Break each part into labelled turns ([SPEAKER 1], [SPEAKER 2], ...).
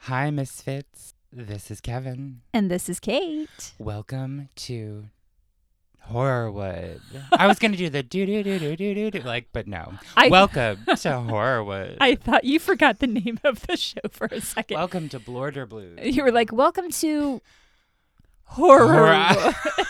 [SPEAKER 1] Hi, Misfits. This is Kevin.
[SPEAKER 2] And this is Kate.
[SPEAKER 1] Welcome to Horrorwood. I was going to do the do do do do do do do, like, but no.
[SPEAKER 2] I-
[SPEAKER 1] Welcome to Horrorwood.
[SPEAKER 2] I thought you forgot the name of the show for a second.
[SPEAKER 1] Welcome to Blorder Blues.
[SPEAKER 2] you were like, "Welcome to horror."
[SPEAKER 1] Horror-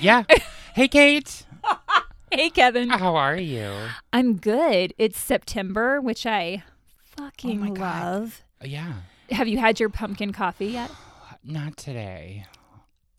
[SPEAKER 1] yeah. Hey, Kate.
[SPEAKER 2] hey, Kevin.
[SPEAKER 1] How are you?
[SPEAKER 2] I'm good. It's September, which I fucking
[SPEAKER 1] Oh my God.
[SPEAKER 2] love.
[SPEAKER 1] Yeah.
[SPEAKER 2] Have you had your pumpkin coffee yet?
[SPEAKER 1] Not today.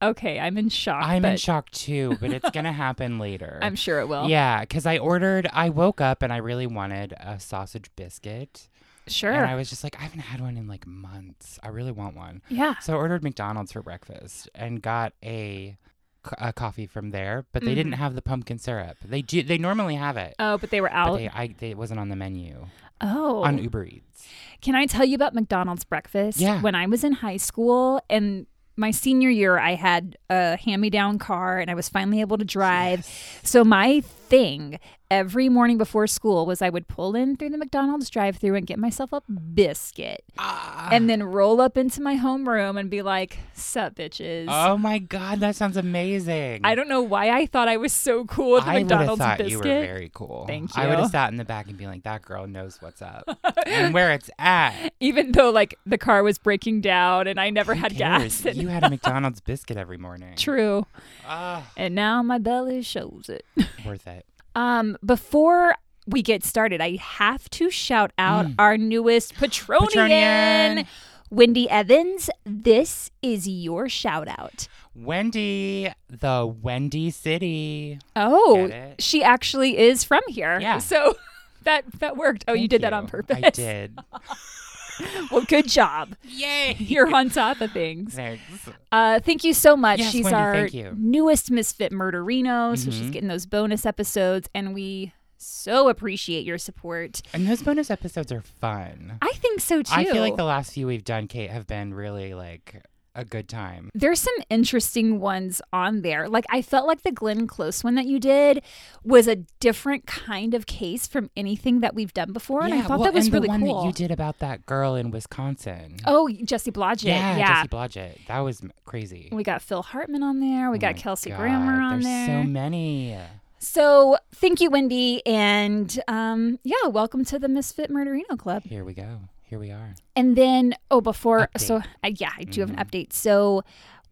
[SPEAKER 2] Okay, I'm in shock.
[SPEAKER 1] I'm in
[SPEAKER 2] Ah, but
[SPEAKER 1] shock too, but it's going to happen later.
[SPEAKER 2] I'm sure it will.
[SPEAKER 1] Yeah, because I ordered, I woke up and I really wanted a sausage biscuit.
[SPEAKER 2] sure.
[SPEAKER 1] And I was just like, I haven't had one in like months. I really want one.
[SPEAKER 2] yeah.
[SPEAKER 1] So I ordered McDonald's for breakfast and got a, co- a coffee from there, but they
[SPEAKER 2] Mm-hmm.
[SPEAKER 1] didn't have the pumpkin syrup. They do, they normally have it.
[SPEAKER 2] Oh, but they were
[SPEAKER 1] but
[SPEAKER 2] out.
[SPEAKER 1] they, I, they, it wasn't on the menu
[SPEAKER 2] oh,
[SPEAKER 1] on Uber Eats.
[SPEAKER 2] Can I tell you about McDonald's breakfast?
[SPEAKER 1] Yeah.
[SPEAKER 2] When I was in high school and my senior year, I had a hand me down car and I was finally able to drive. So my thing every morning before school was I would pull in through the McDonald's drive through and get myself a biscuit
[SPEAKER 1] Ah.
[SPEAKER 2] and then roll up into my homeroom and be like, sup, bitches.
[SPEAKER 1] Oh my God, that sounds amazing.
[SPEAKER 2] I don't know why I thought I was so cool with the
[SPEAKER 1] I would have
[SPEAKER 2] McDonald's
[SPEAKER 1] thought
[SPEAKER 2] biscuit.
[SPEAKER 1] you were very cool.
[SPEAKER 2] Thank
[SPEAKER 1] I would
[SPEAKER 2] you.
[SPEAKER 1] have sat in the back and been like, that girl knows what's up and where it's at.
[SPEAKER 2] Even though like the car was breaking down and I never had
[SPEAKER 1] cares?
[SPEAKER 2] gas. and-
[SPEAKER 1] You had a McDonald's biscuit every morning.
[SPEAKER 2] True.
[SPEAKER 1] Ah,
[SPEAKER 2] And now my belly shows it.
[SPEAKER 1] worth it.
[SPEAKER 2] Um, before we get started, I have to shout out
[SPEAKER 1] Mm.
[SPEAKER 2] our newest Patronian,
[SPEAKER 1] Patronian.
[SPEAKER 2] Wendy Evans. This is your shout out.
[SPEAKER 1] Wendy, the Wendy City.
[SPEAKER 2] Oh,
[SPEAKER 1] Get it?
[SPEAKER 2] she actually is from here.
[SPEAKER 1] Yeah.
[SPEAKER 2] So that that worked. Oh, you
[SPEAKER 1] Thank
[SPEAKER 2] did that on purpose.
[SPEAKER 1] I did.
[SPEAKER 2] Well, good job.
[SPEAKER 1] Yay!
[SPEAKER 2] You're on top of things.
[SPEAKER 1] Thanks.
[SPEAKER 2] Uh, thank you so much.
[SPEAKER 1] Yes,
[SPEAKER 2] She's
[SPEAKER 1] Wendy,
[SPEAKER 2] our
[SPEAKER 1] thank you. Mm-hmm.
[SPEAKER 2] newest Misfit Murderino, so she's getting those bonus episodes, and we so appreciate your support.
[SPEAKER 1] And those bonus episodes are fun.
[SPEAKER 2] I think so too.
[SPEAKER 1] I feel like the last few we've done, Kate, have been really like a good time.
[SPEAKER 2] there's some interesting ones on there. Like I felt like the Glenn Close one that you did was a different kind of case from anything that we've done before, and I
[SPEAKER 1] yeah,
[SPEAKER 2] thought
[SPEAKER 1] well,
[SPEAKER 2] that was
[SPEAKER 1] and
[SPEAKER 2] really
[SPEAKER 1] the one
[SPEAKER 2] cool.
[SPEAKER 1] that you did about that girl in Wisconsin.
[SPEAKER 2] Oh, Jesse Blodgett.
[SPEAKER 1] yeah,
[SPEAKER 2] Yeah.
[SPEAKER 1] Jesse Blodgett. That was m- crazy.
[SPEAKER 2] We got Phil Hartman on there. We got Kelsey
[SPEAKER 1] Oh God,
[SPEAKER 2] Grammer on
[SPEAKER 1] there's so
[SPEAKER 2] there.
[SPEAKER 1] many.
[SPEAKER 2] so thank you, Wendy, and um, yeah, welcome to the Misfit Murderino Club.
[SPEAKER 1] Here we go. Here we are.
[SPEAKER 2] And then, oh, before,
[SPEAKER 1] Update. Mm-hmm.
[SPEAKER 2] so I, yeah, I do have an update. So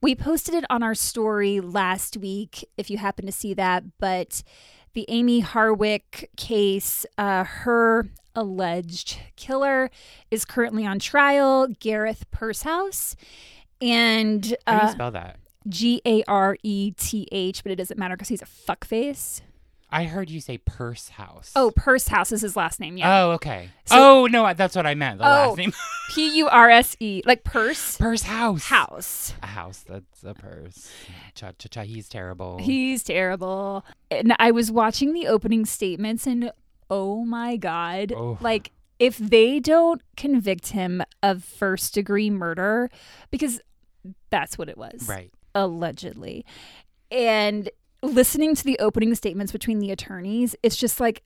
[SPEAKER 2] we posted it on our story last week, if you happen to see that. But the Amy Harwick case, uh, her alleged killer is currently on trial, Gareth Pursehouse. And
[SPEAKER 1] How do you
[SPEAKER 2] uh,
[SPEAKER 1] spell that?
[SPEAKER 2] G A R E T H, but it doesn't matter because he's a fuckface.
[SPEAKER 1] I heard you say purse house.
[SPEAKER 2] Oh, Pursehouse is his last name. Yeah.
[SPEAKER 1] Oh, okay.
[SPEAKER 2] So-
[SPEAKER 1] oh no, that's what I meant. The
[SPEAKER 2] Oh.
[SPEAKER 1] last name.
[SPEAKER 2] P U R S E, like purse,
[SPEAKER 1] purse house.
[SPEAKER 2] house.
[SPEAKER 1] A house. That's a purse. Cha cha cha. He's terrible.
[SPEAKER 2] He's terrible. And I was watching the opening statements and oh my God.
[SPEAKER 1] Oh.
[SPEAKER 2] Like, if they don't convict him of first degree murder, because that's what it was,
[SPEAKER 1] right.
[SPEAKER 2] allegedly. And listening to the opening statements between the attorneys, it's just like,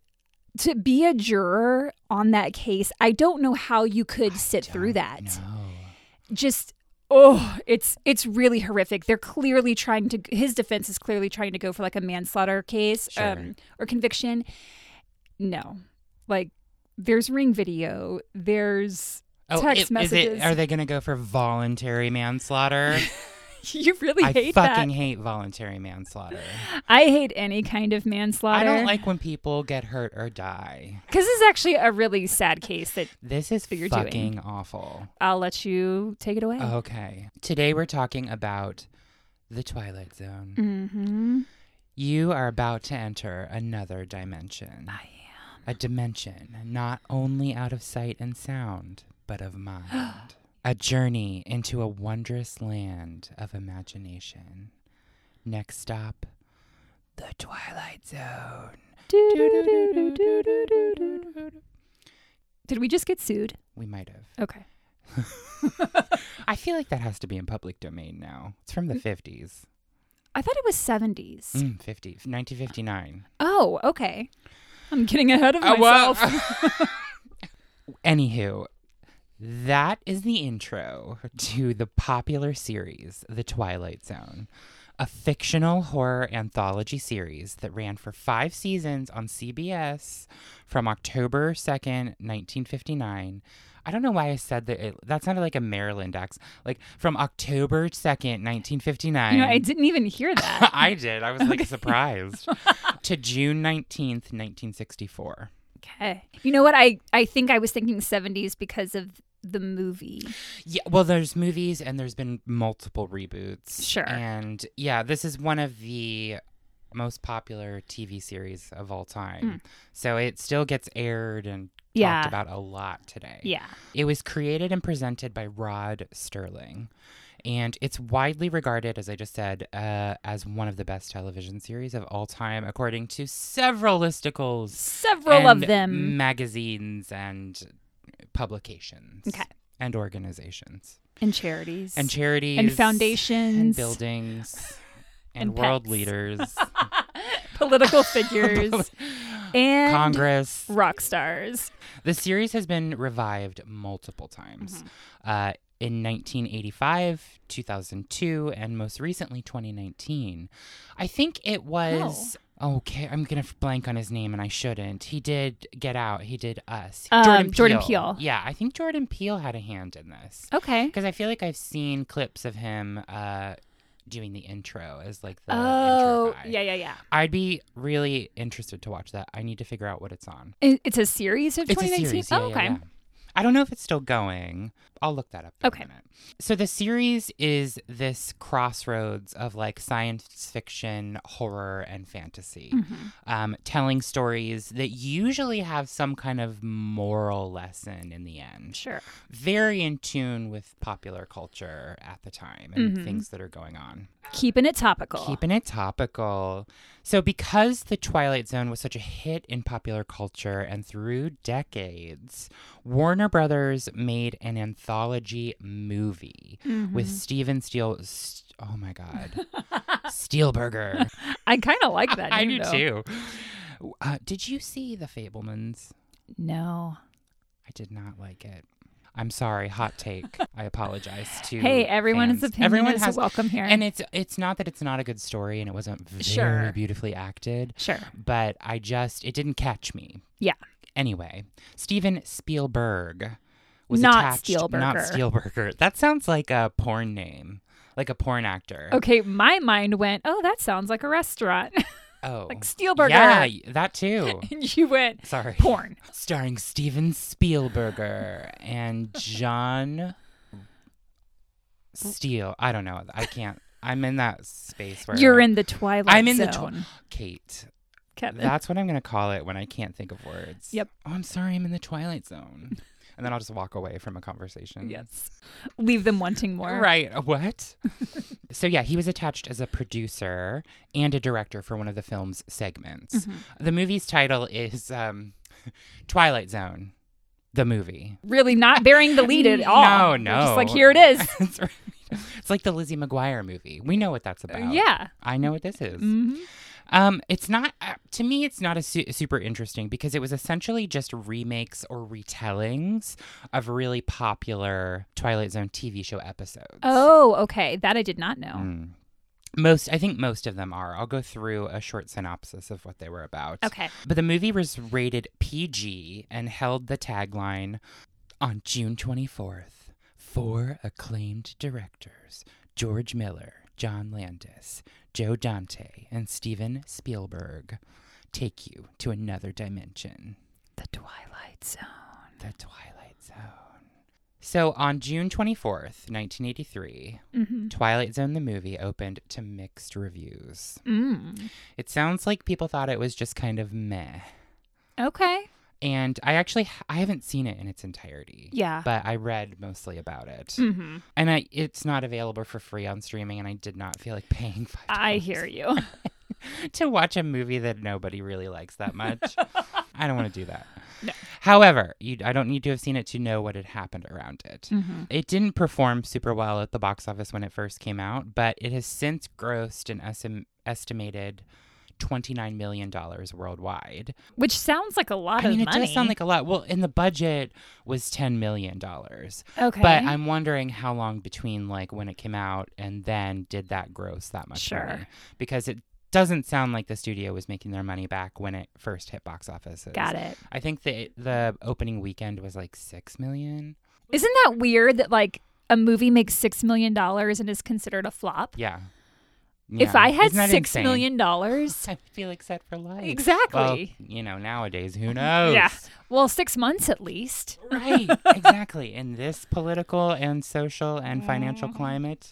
[SPEAKER 2] to be a juror on that case, I don't know how you could sit through that
[SPEAKER 1] No.
[SPEAKER 2] just oh it's it's really horrific they're clearly trying to his defense is clearly trying to go for like a manslaughter case um,
[SPEAKER 1] Sure.
[SPEAKER 2] or conviction no like there's ring video there's Text
[SPEAKER 1] Oh, i- is it-
[SPEAKER 2] messages.
[SPEAKER 1] are they going to go for voluntary manslaughter?
[SPEAKER 2] you really
[SPEAKER 1] I
[SPEAKER 2] hate
[SPEAKER 1] fucking hate voluntary manslaughter.
[SPEAKER 2] that i hate any kind of manslaughter
[SPEAKER 1] I don't like when people get hurt or die.
[SPEAKER 2] because this is actually a really sad case that
[SPEAKER 1] This is
[SPEAKER 2] That you're doing.
[SPEAKER 1] fucking awful.
[SPEAKER 2] i'll let you take it away
[SPEAKER 1] Oh. Okay. Today we're talking about the Twilight Zone.
[SPEAKER 2] mm-hmm.
[SPEAKER 1] You are about to enter another dimension. I am. a dimension not only out of sight and sound, but of mind. a journey into a wondrous land of imagination. Next stop, the Twilight Zone.
[SPEAKER 2] Did we just get sued?
[SPEAKER 1] We might have.
[SPEAKER 2] Okay.
[SPEAKER 1] I feel like that has to be in public domain now. It's from the 50s.
[SPEAKER 2] I thought it was 70s.
[SPEAKER 1] Hmm. Mm, 50, 1959.
[SPEAKER 2] Oh, okay. I'm getting ahead of
[SPEAKER 1] Uh,
[SPEAKER 2] myself.
[SPEAKER 1] Anywho, that is the intro to the popular series, The Twilight Zone, a fictional horror anthology series that ran for five seasons on CBS from October 2nd, 1959. I don't know why I said that. It, that sounded like a Maryland accent. Like from October 2nd, 1959.
[SPEAKER 2] you know, I didn't even hear that.
[SPEAKER 1] I did. I was like surprised. to June 19th, 1964.
[SPEAKER 2] okay. You know what? I, I think I was thinking 70s because of the movie.
[SPEAKER 1] Yeah, well, there's movies and there's been multiple reboots.
[SPEAKER 2] Sure.
[SPEAKER 1] And yeah, this is one of the most popular TV series of all time. So it still gets aired and
[SPEAKER 2] Hmm. Yeah.
[SPEAKER 1] talked about a lot today.
[SPEAKER 2] Yeah.
[SPEAKER 1] It was created and presented by Rod Sterling. And it's widely regarded, as I just said, uh, as one of the best television series of all time, according to several listicles
[SPEAKER 2] Several of
[SPEAKER 1] and
[SPEAKER 2] them.
[SPEAKER 1] magazines and publications
[SPEAKER 2] Okay.
[SPEAKER 1] and organizations
[SPEAKER 2] And charities.
[SPEAKER 1] and charities
[SPEAKER 2] And foundations.
[SPEAKER 1] and buildings and,
[SPEAKER 2] And
[SPEAKER 1] world
[SPEAKER 2] pets.
[SPEAKER 1] leaders
[SPEAKER 2] Political figures. and
[SPEAKER 1] congress
[SPEAKER 2] rock stars.
[SPEAKER 1] the series has been revived multiple times
[SPEAKER 2] Mm-hmm.
[SPEAKER 1] uh, in 1985 2002 and most recently 2019 i think it was okay i'm gonna blank on his name and i shouldn't he did get out he did us
[SPEAKER 2] Um, Jordan Peele.
[SPEAKER 1] yeah i think jordan peele had a hand in this
[SPEAKER 2] Okay.
[SPEAKER 1] because I feel like I've seen clips of him uh, doing the intro as like the
[SPEAKER 2] Oh,
[SPEAKER 1] intro guy.
[SPEAKER 2] yeah, yeah, yeah.
[SPEAKER 1] I'd be really interested to watch that. I need to figure out what it's on.
[SPEAKER 2] It- It's a series of
[SPEAKER 1] It's a
[SPEAKER 2] 2019.
[SPEAKER 1] series.
[SPEAKER 2] oh,
[SPEAKER 1] yeah, yeah,
[SPEAKER 2] okay.
[SPEAKER 1] yeah. I don't know if it's still going. I'll look that up. in a
[SPEAKER 2] Okay.
[SPEAKER 1] minute. So the series is this crossroads of like science fiction, horror, and fantasy,
[SPEAKER 2] Mm-hmm.
[SPEAKER 1] um, telling stories that usually have some kind of moral lesson in the end
[SPEAKER 2] Sure.
[SPEAKER 1] very in tune with popular culture at the time and
[SPEAKER 2] Mhm.
[SPEAKER 1] things that are going on.
[SPEAKER 2] Keeping it topical.
[SPEAKER 1] Keeping it topical. So, because The Twilight Zone was such a hit in popular culture and through decades, Warner Brothers made an anthology movie
[SPEAKER 2] Mm-hmm.
[SPEAKER 1] with Steven Steele. St- oh my God. Steelberger.
[SPEAKER 2] I kind of like that.
[SPEAKER 1] I
[SPEAKER 2] name,
[SPEAKER 1] do
[SPEAKER 2] though.
[SPEAKER 1] too. Uh, did you see The Fablemans?
[SPEAKER 2] No.
[SPEAKER 1] I did not like it. I'm sorry, hot take. I apologize to
[SPEAKER 2] Hey, everyone's
[SPEAKER 1] fans.
[SPEAKER 2] opinion
[SPEAKER 1] Everyone
[SPEAKER 2] is
[SPEAKER 1] has
[SPEAKER 2] welcome here.
[SPEAKER 1] and it's it's not that it's not a good story and it wasn't very
[SPEAKER 2] Sure.
[SPEAKER 1] beautifully acted,
[SPEAKER 2] sure.
[SPEAKER 1] but I just it didn't catch me.
[SPEAKER 2] Yeah.
[SPEAKER 1] Anyway, Steven Spielberg was
[SPEAKER 2] Not
[SPEAKER 1] attached not
[SPEAKER 2] Spielberger.
[SPEAKER 1] Spielberger. That sounds like a porn name, like a porn actor.
[SPEAKER 2] Okay, my mind went, oh, that sounds like a restaurant.
[SPEAKER 1] Oh.
[SPEAKER 2] like Steelburger.
[SPEAKER 1] Yeah, that too.
[SPEAKER 2] And you went,
[SPEAKER 1] Sorry.
[SPEAKER 2] porn.
[SPEAKER 1] starring Steven Spielberger and John Steele. I don't know. I can't. I'm in that space where
[SPEAKER 2] You're in the Twilight
[SPEAKER 1] I'm in
[SPEAKER 2] zone,
[SPEAKER 1] the twi- Kate.
[SPEAKER 2] Kevin.
[SPEAKER 1] That's what I'm gonna call it when I can't think of words.
[SPEAKER 2] Yep.
[SPEAKER 1] Oh, I'm sorry. I'm in the twilight zone, and then I'll just walk away from a conversation.
[SPEAKER 2] yes. Leave them wanting more.
[SPEAKER 1] Right. What? so yeah, he was attached as a producer and a director for one of the film's segments.
[SPEAKER 2] Mm-hmm.
[SPEAKER 1] The movie's title is um, Twilight Zone, the movie.
[SPEAKER 2] Really not bearing the lead at
[SPEAKER 1] No,
[SPEAKER 2] all. You're
[SPEAKER 1] no.
[SPEAKER 2] Just like, here it is.
[SPEAKER 1] it's, right. It's like the Lizzie McGuire movie. We know what that's about.
[SPEAKER 2] Yeah.
[SPEAKER 1] I know what this is.
[SPEAKER 2] hmm
[SPEAKER 1] Um, it's not uh, to me. It's not a su- super interesting because it was essentially just remakes or retellings of really popular Twilight Zone TV show episodes.
[SPEAKER 2] Oh, okay. That I did not know.
[SPEAKER 1] Mm. Most, I think most of them are. I'll go through a short synopsis of what they were about.
[SPEAKER 2] Okay.
[SPEAKER 1] But the movie was rated PG and held the tagline on June 24th. Four acclaimed directors George Miller, John Landis, Joe Dante, and Steven Spielberg take you to another dimension
[SPEAKER 2] The Twilight Zone.
[SPEAKER 1] the Twilight Zone. So on June 24th, 1983,
[SPEAKER 2] Mhm.
[SPEAKER 1] Twilight Zone the movie opened to mixed reviews.
[SPEAKER 2] Mm.
[SPEAKER 1] It sounds like people thought it was just kind of meh.
[SPEAKER 2] Okay.
[SPEAKER 1] and I actually I haven't seen it in its entirety.
[SPEAKER 2] Yeah.
[SPEAKER 1] But I read mostly about it.
[SPEAKER 2] Mm-hmm.
[SPEAKER 1] And I it's not available for free on streaming and I did not feel like paying 5
[SPEAKER 2] I hear you.
[SPEAKER 1] to watch a movie that nobody really likes that much. I don't want to do that.
[SPEAKER 2] No.
[SPEAKER 1] However, you, I don't need to have seen it to know what had happened around it.
[SPEAKER 2] Mhm.
[SPEAKER 1] It didn't perform super well at the box office when it first came out, but it has since grossed an estim- estimated $29 million worldwide.
[SPEAKER 2] Which sounds like a lot
[SPEAKER 1] I mean,
[SPEAKER 2] of
[SPEAKER 1] it
[SPEAKER 2] money.
[SPEAKER 1] does sound like a lot. Well, and the budget was $10 million.
[SPEAKER 2] okay.
[SPEAKER 1] But I'm wondering how long between like when it came out and then did that gross that much
[SPEAKER 2] Sure.
[SPEAKER 1] money? Because it doesn't sound like the studio was making their money back when it first hit box offices.
[SPEAKER 2] Got it.
[SPEAKER 1] I think the the opening weekend was like six million.
[SPEAKER 2] Isn't that weird that like a movie makes six million dollars and is considered a flop?
[SPEAKER 1] Yeah.
[SPEAKER 2] If
[SPEAKER 1] Yeah.
[SPEAKER 2] I had
[SPEAKER 1] Isn't that
[SPEAKER 2] six
[SPEAKER 1] insane?
[SPEAKER 2] million dollars,
[SPEAKER 1] I'd feel like set for life. Well,
[SPEAKER 2] exactly.
[SPEAKER 1] you know, nowadays, who knows?
[SPEAKER 2] yeah. Well, six months at least.
[SPEAKER 1] Right. exactly. In this political and social and financial climate,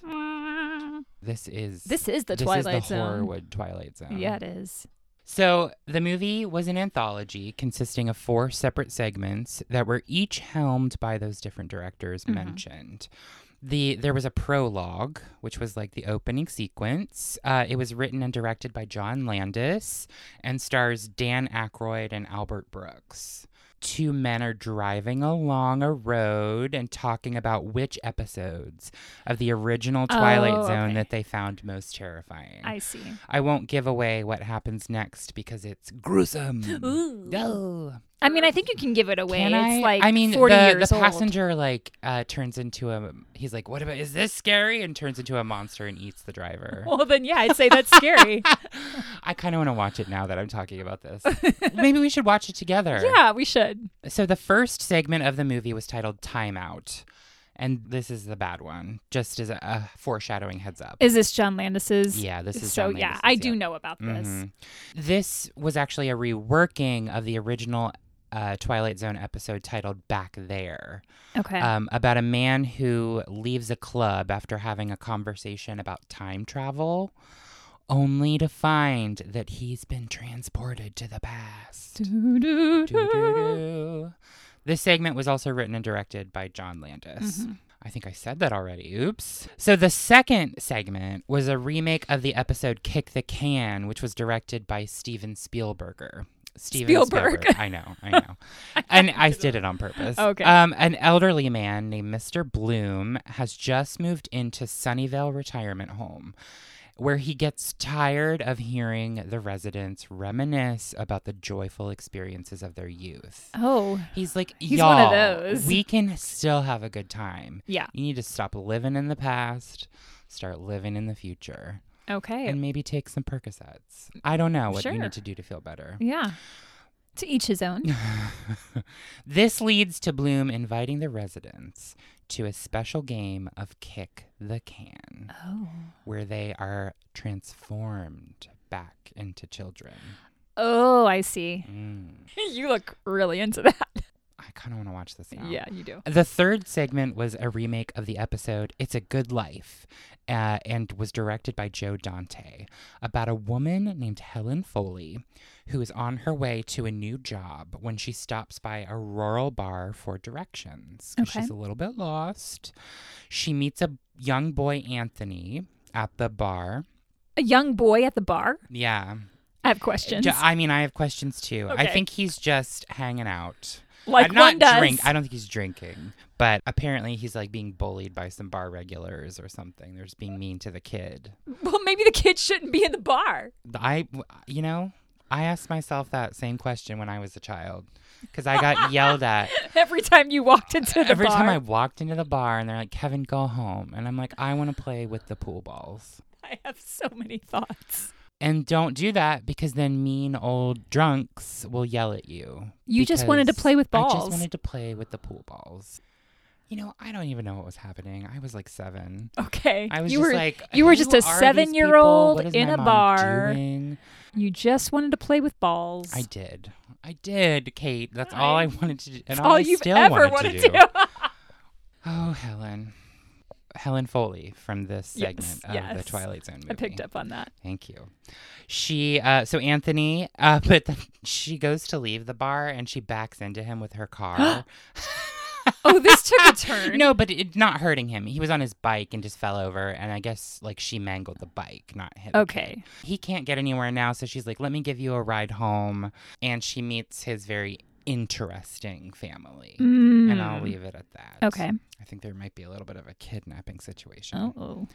[SPEAKER 1] this is
[SPEAKER 2] Mm-hmm. This is the
[SPEAKER 1] this
[SPEAKER 2] Twilight
[SPEAKER 1] is the
[SPEAKER 2] Zone.
[SPEAKER 1] Horrorwood Twilight Zone.
[SPEAKER 2] Yeah, it is.
[SPEAKER 1] So the movie was an anthology consisting of four separate segments that were each helmed by those different directors
[SPEAKER 2] Mm-hmm.
[SPEAKER 1] mentioned. The there was a prologue, which was like the opening sequence. Uh, it was written and directed by John Landis and stars Dan Aykroyd and Albert Brooks. Two men are driving along a road and talking about which episodes of the original Twilight
[SPEAKER 2] Oh,
[SPEAKER 1] Zone
[SPEAKER 2] okay.
[SPEAKER 1] that they found most terrifying.
[SPEAKER 2] I see.
[SPEAKER 1] I won't give away what happens next because it's gruesome.
[SPEAKER 2] Ooh.
[SPEAKER 1] No.
[SPEAKER 2] I mean, I think you can give it away.
[SPEAKER 1] Can
[SPEAKER 2] it's
[SPEAKER 1] I?
[SPEAKER 2] like
[SPEAKER 1] I mean,
[SPEAKER 2] forty
[SPEAKER 1] the,
[SPEAKER 2] years
[SPEAKER 1] the
[SPEAKER 2] old.
[SPEAKER 1] passenger like uh, turns into a. He's like, "What about? Is this scary?" And turns into a monster and eats the driver.
[SPEAKER 2] Well, then yeah, I'd say that's scary.
[SPEAKER 1] I kind of want to watch it now that I'm talking about this. Maybe we should watch it together.
[SPEAKER 2] yeah, we should.
[SPEAKER 1] So the first segment of the movie was titled "Timeout," and this is the bad one. Just as a, a foreshadowing heads up.
[SPEAKER 2] Is this John Landis's?
[SPEAKER 1] yeah, this is
[SPEAKER 2] so
[SPEAKER 1] John
[SPEAKER 2] yeah,
[SPEAKER 1] Landis's,
[SPEAKER 2] I do know about this.
[SPEAKER 1] Mhm. This was actually a reworking of the original uh, Twilight Zone episode titled Back There,
[SPEAKER 2] Okay.
[SPEAKER 1] um, about a man who leaves a club after having a conversation about time travel, only to find that he's been transported to the past. Doo-doo-doo. This segment was also written and directed by John Landis. I think I said that already. Oops. So the second segment was a remake of the episode Kick the Can, which was directed by Steven Spielberger. Steven
[SPEAKER 2] Spielberg.
[SPEAKER 1] I know, I know. and I did it on purpose.
[SPEAKER 2] Okay.
[SPEAKER 1] Um, an elderly man named Mr. Bloom has just moved into Sunnyvale Retirement Home where he gets tired of hearing the residents reminisce about the joyful experiences of their youth.
[SPEAKER 2] Oh,
[SPEAKER 1] He's like,
[SPEAKER 2] He's
[SPEAKER 1] Y'all,
[SPEAKER 2] one of those."
[SPEAKER 1] we can still have a good time.
[SPEAKER 2] yeah.
[SPEAKER 1] You need to stop living in the past, start living in the future,
[SPEAKER 2] Okay.
[SPEAKER 1] and maybe take some Percocets. I don't know what you
[SPEAKER 2] Sure.
[SPEAKER 1] need to do to feel better.
[SPEAKER 2] yeah. To each his own.
[SPEAKER 1] This leads to Bloom inviting the residents to a special game of Kick the Can.
[SPEAKER 2] Oh.
[SPEAKER 1] where they are transformed back into children.
[SPEAKER 2] Oh, I see.
[SPEAKER 1] Mm.
[SPEAKER 2] you look really into that.
[SPEAKER 1] I kind of want to watch this now.
[SPEAKER 2] Yeah, you do.
[SPEAKER 1] The third segment was a remake of the episode It's a Good Life uh, and was directed by Joe Dante about a woman named Helen Foley who is on her way to a new job when she stops by a rural bar for directions. 'cause
[SPEAKER 2] Okay.
[SPEAKER 1] She's a little bit lost. She meets a young boy, Anthony, at the bar.
[SPEAKER 2] A young boy at the bar.
[SPEAKER 1] Yeah.
[SPEAKER 2] I have questions.
[SPEAKER 1] Ju- I mean, I have questions too. I
[SPEAKER 2] Okay.
[SPEAKER 1] think he's just hanging out.
[SPEAKER 2] like
[SPEAKER 1] Uh,
[SPEAKER 2] one
[SPEAKER 1] not
[SPEAKER 2] does.
[SPEAKER 1] drink. I don't think he's drinking, but apparently he's like being bullied by some bar regulars or something. They're just being mean to the kid.
[SPEAKER 2] well, maybe the kid shouldn't be in the bar.
[SPEAKER 1] I, you know, I asked myself that same question when I was a child because I got yelled at
[SPEAKER 2] Every time you walked into the
[SPEAKER 1] every
[SPEAKER 2] bar.
[SPEAKER 1] time I walked into the bar, and they're like, "Kevin, go home," and I'm like, "I want to play with the pool balls."
[SPEAKER 2] I have so many thoughts.
[SPEAKER 1] And don't do that because then mean old drunks will yell at you.
[SPEAKER 2] You just wanted to
[SPEAKER 1] because
[SPEAKER 2] play with
[SPEAKER 1] I just
[SPEAKER 2] balls.
[SPEAKER 1] wanted to play with the pool balls. You know, I don't even know what was happening. I was like seven.
[SPEAKER 2] Okay.
[SPEAKER 1] I was
[SPEAKER 2] you
[SPEAKER 1] just
[SPEAKER 2] were,
[SPEAKER 1] like,
[SPEAKER 2] you were
[SPEAKER 1] "Who
[SPEAKER 2] just
[SPEAKER 1] are
[SPEAKER 2] a
[SPEAKER 1] these people?
[SPEAKER 2] seven-year-old
[SPEAKER 1] What is
[SPEAKER 2] in
[SPEAKER 1] my
[SPEAKER 2] a
[SPEAKER 1] mom
[SPEAKER 2] bar."
[SPEAKER 1] doing?
[SPEAKER 2] you just wanted to play with balls.
[SPEAKER 1] I did. I did, Kate. That's all I wanted to do, and
[SPEAKER 2] That's
[SPEAKER 1] all,
[SPEAKER 2] all
[SPEAKER 1] I
[SPEAKER 2] you've
[SPEAKER 1] still
[SPEAKER 2] ever
[SPEAKER 1] wanted
[SPEAKER 2] wanted
[SPEAKER 1] to do.
[SPEAKER 2] to.
[SPEAKER 1] Oh, Helen. Helen Foley from this
[SPEAKER 2] Yes,
[SPEAKER 1] segment of the
[SPEAKER 2] yes.
[SPEAKER 1] Twilight Zone movie.
[SPEAKER 2] I picked up on that.
[SPEAKER 1] Thank you. She uh so Anthony uh but then she goes to leave the bar and she backs into him with her car.
[SPEAKER 2] Oh, this took a turn.
[SPEAKER 1] no, but it not hurting him. He was on his bike and just fell over and I guess like she mangled the bike, not
[SPEAKER 2] Oh,
[SPEAKER 1] him.
[SPEAKER 2] Okay.
[SPEAKER 1] He can't get anywhere now, so she's like, "Let me give you a ride home." And she meets his very interesting family.
[SPEAKER 2] Mm.
[SPEAKER 1] And I'll leave it at that.
[SPEAKER 2] Okay.
[SPEAKER 1] I think there might be a little bit of a kidnapping situation.
[SPEAKER 2] Oh, oh.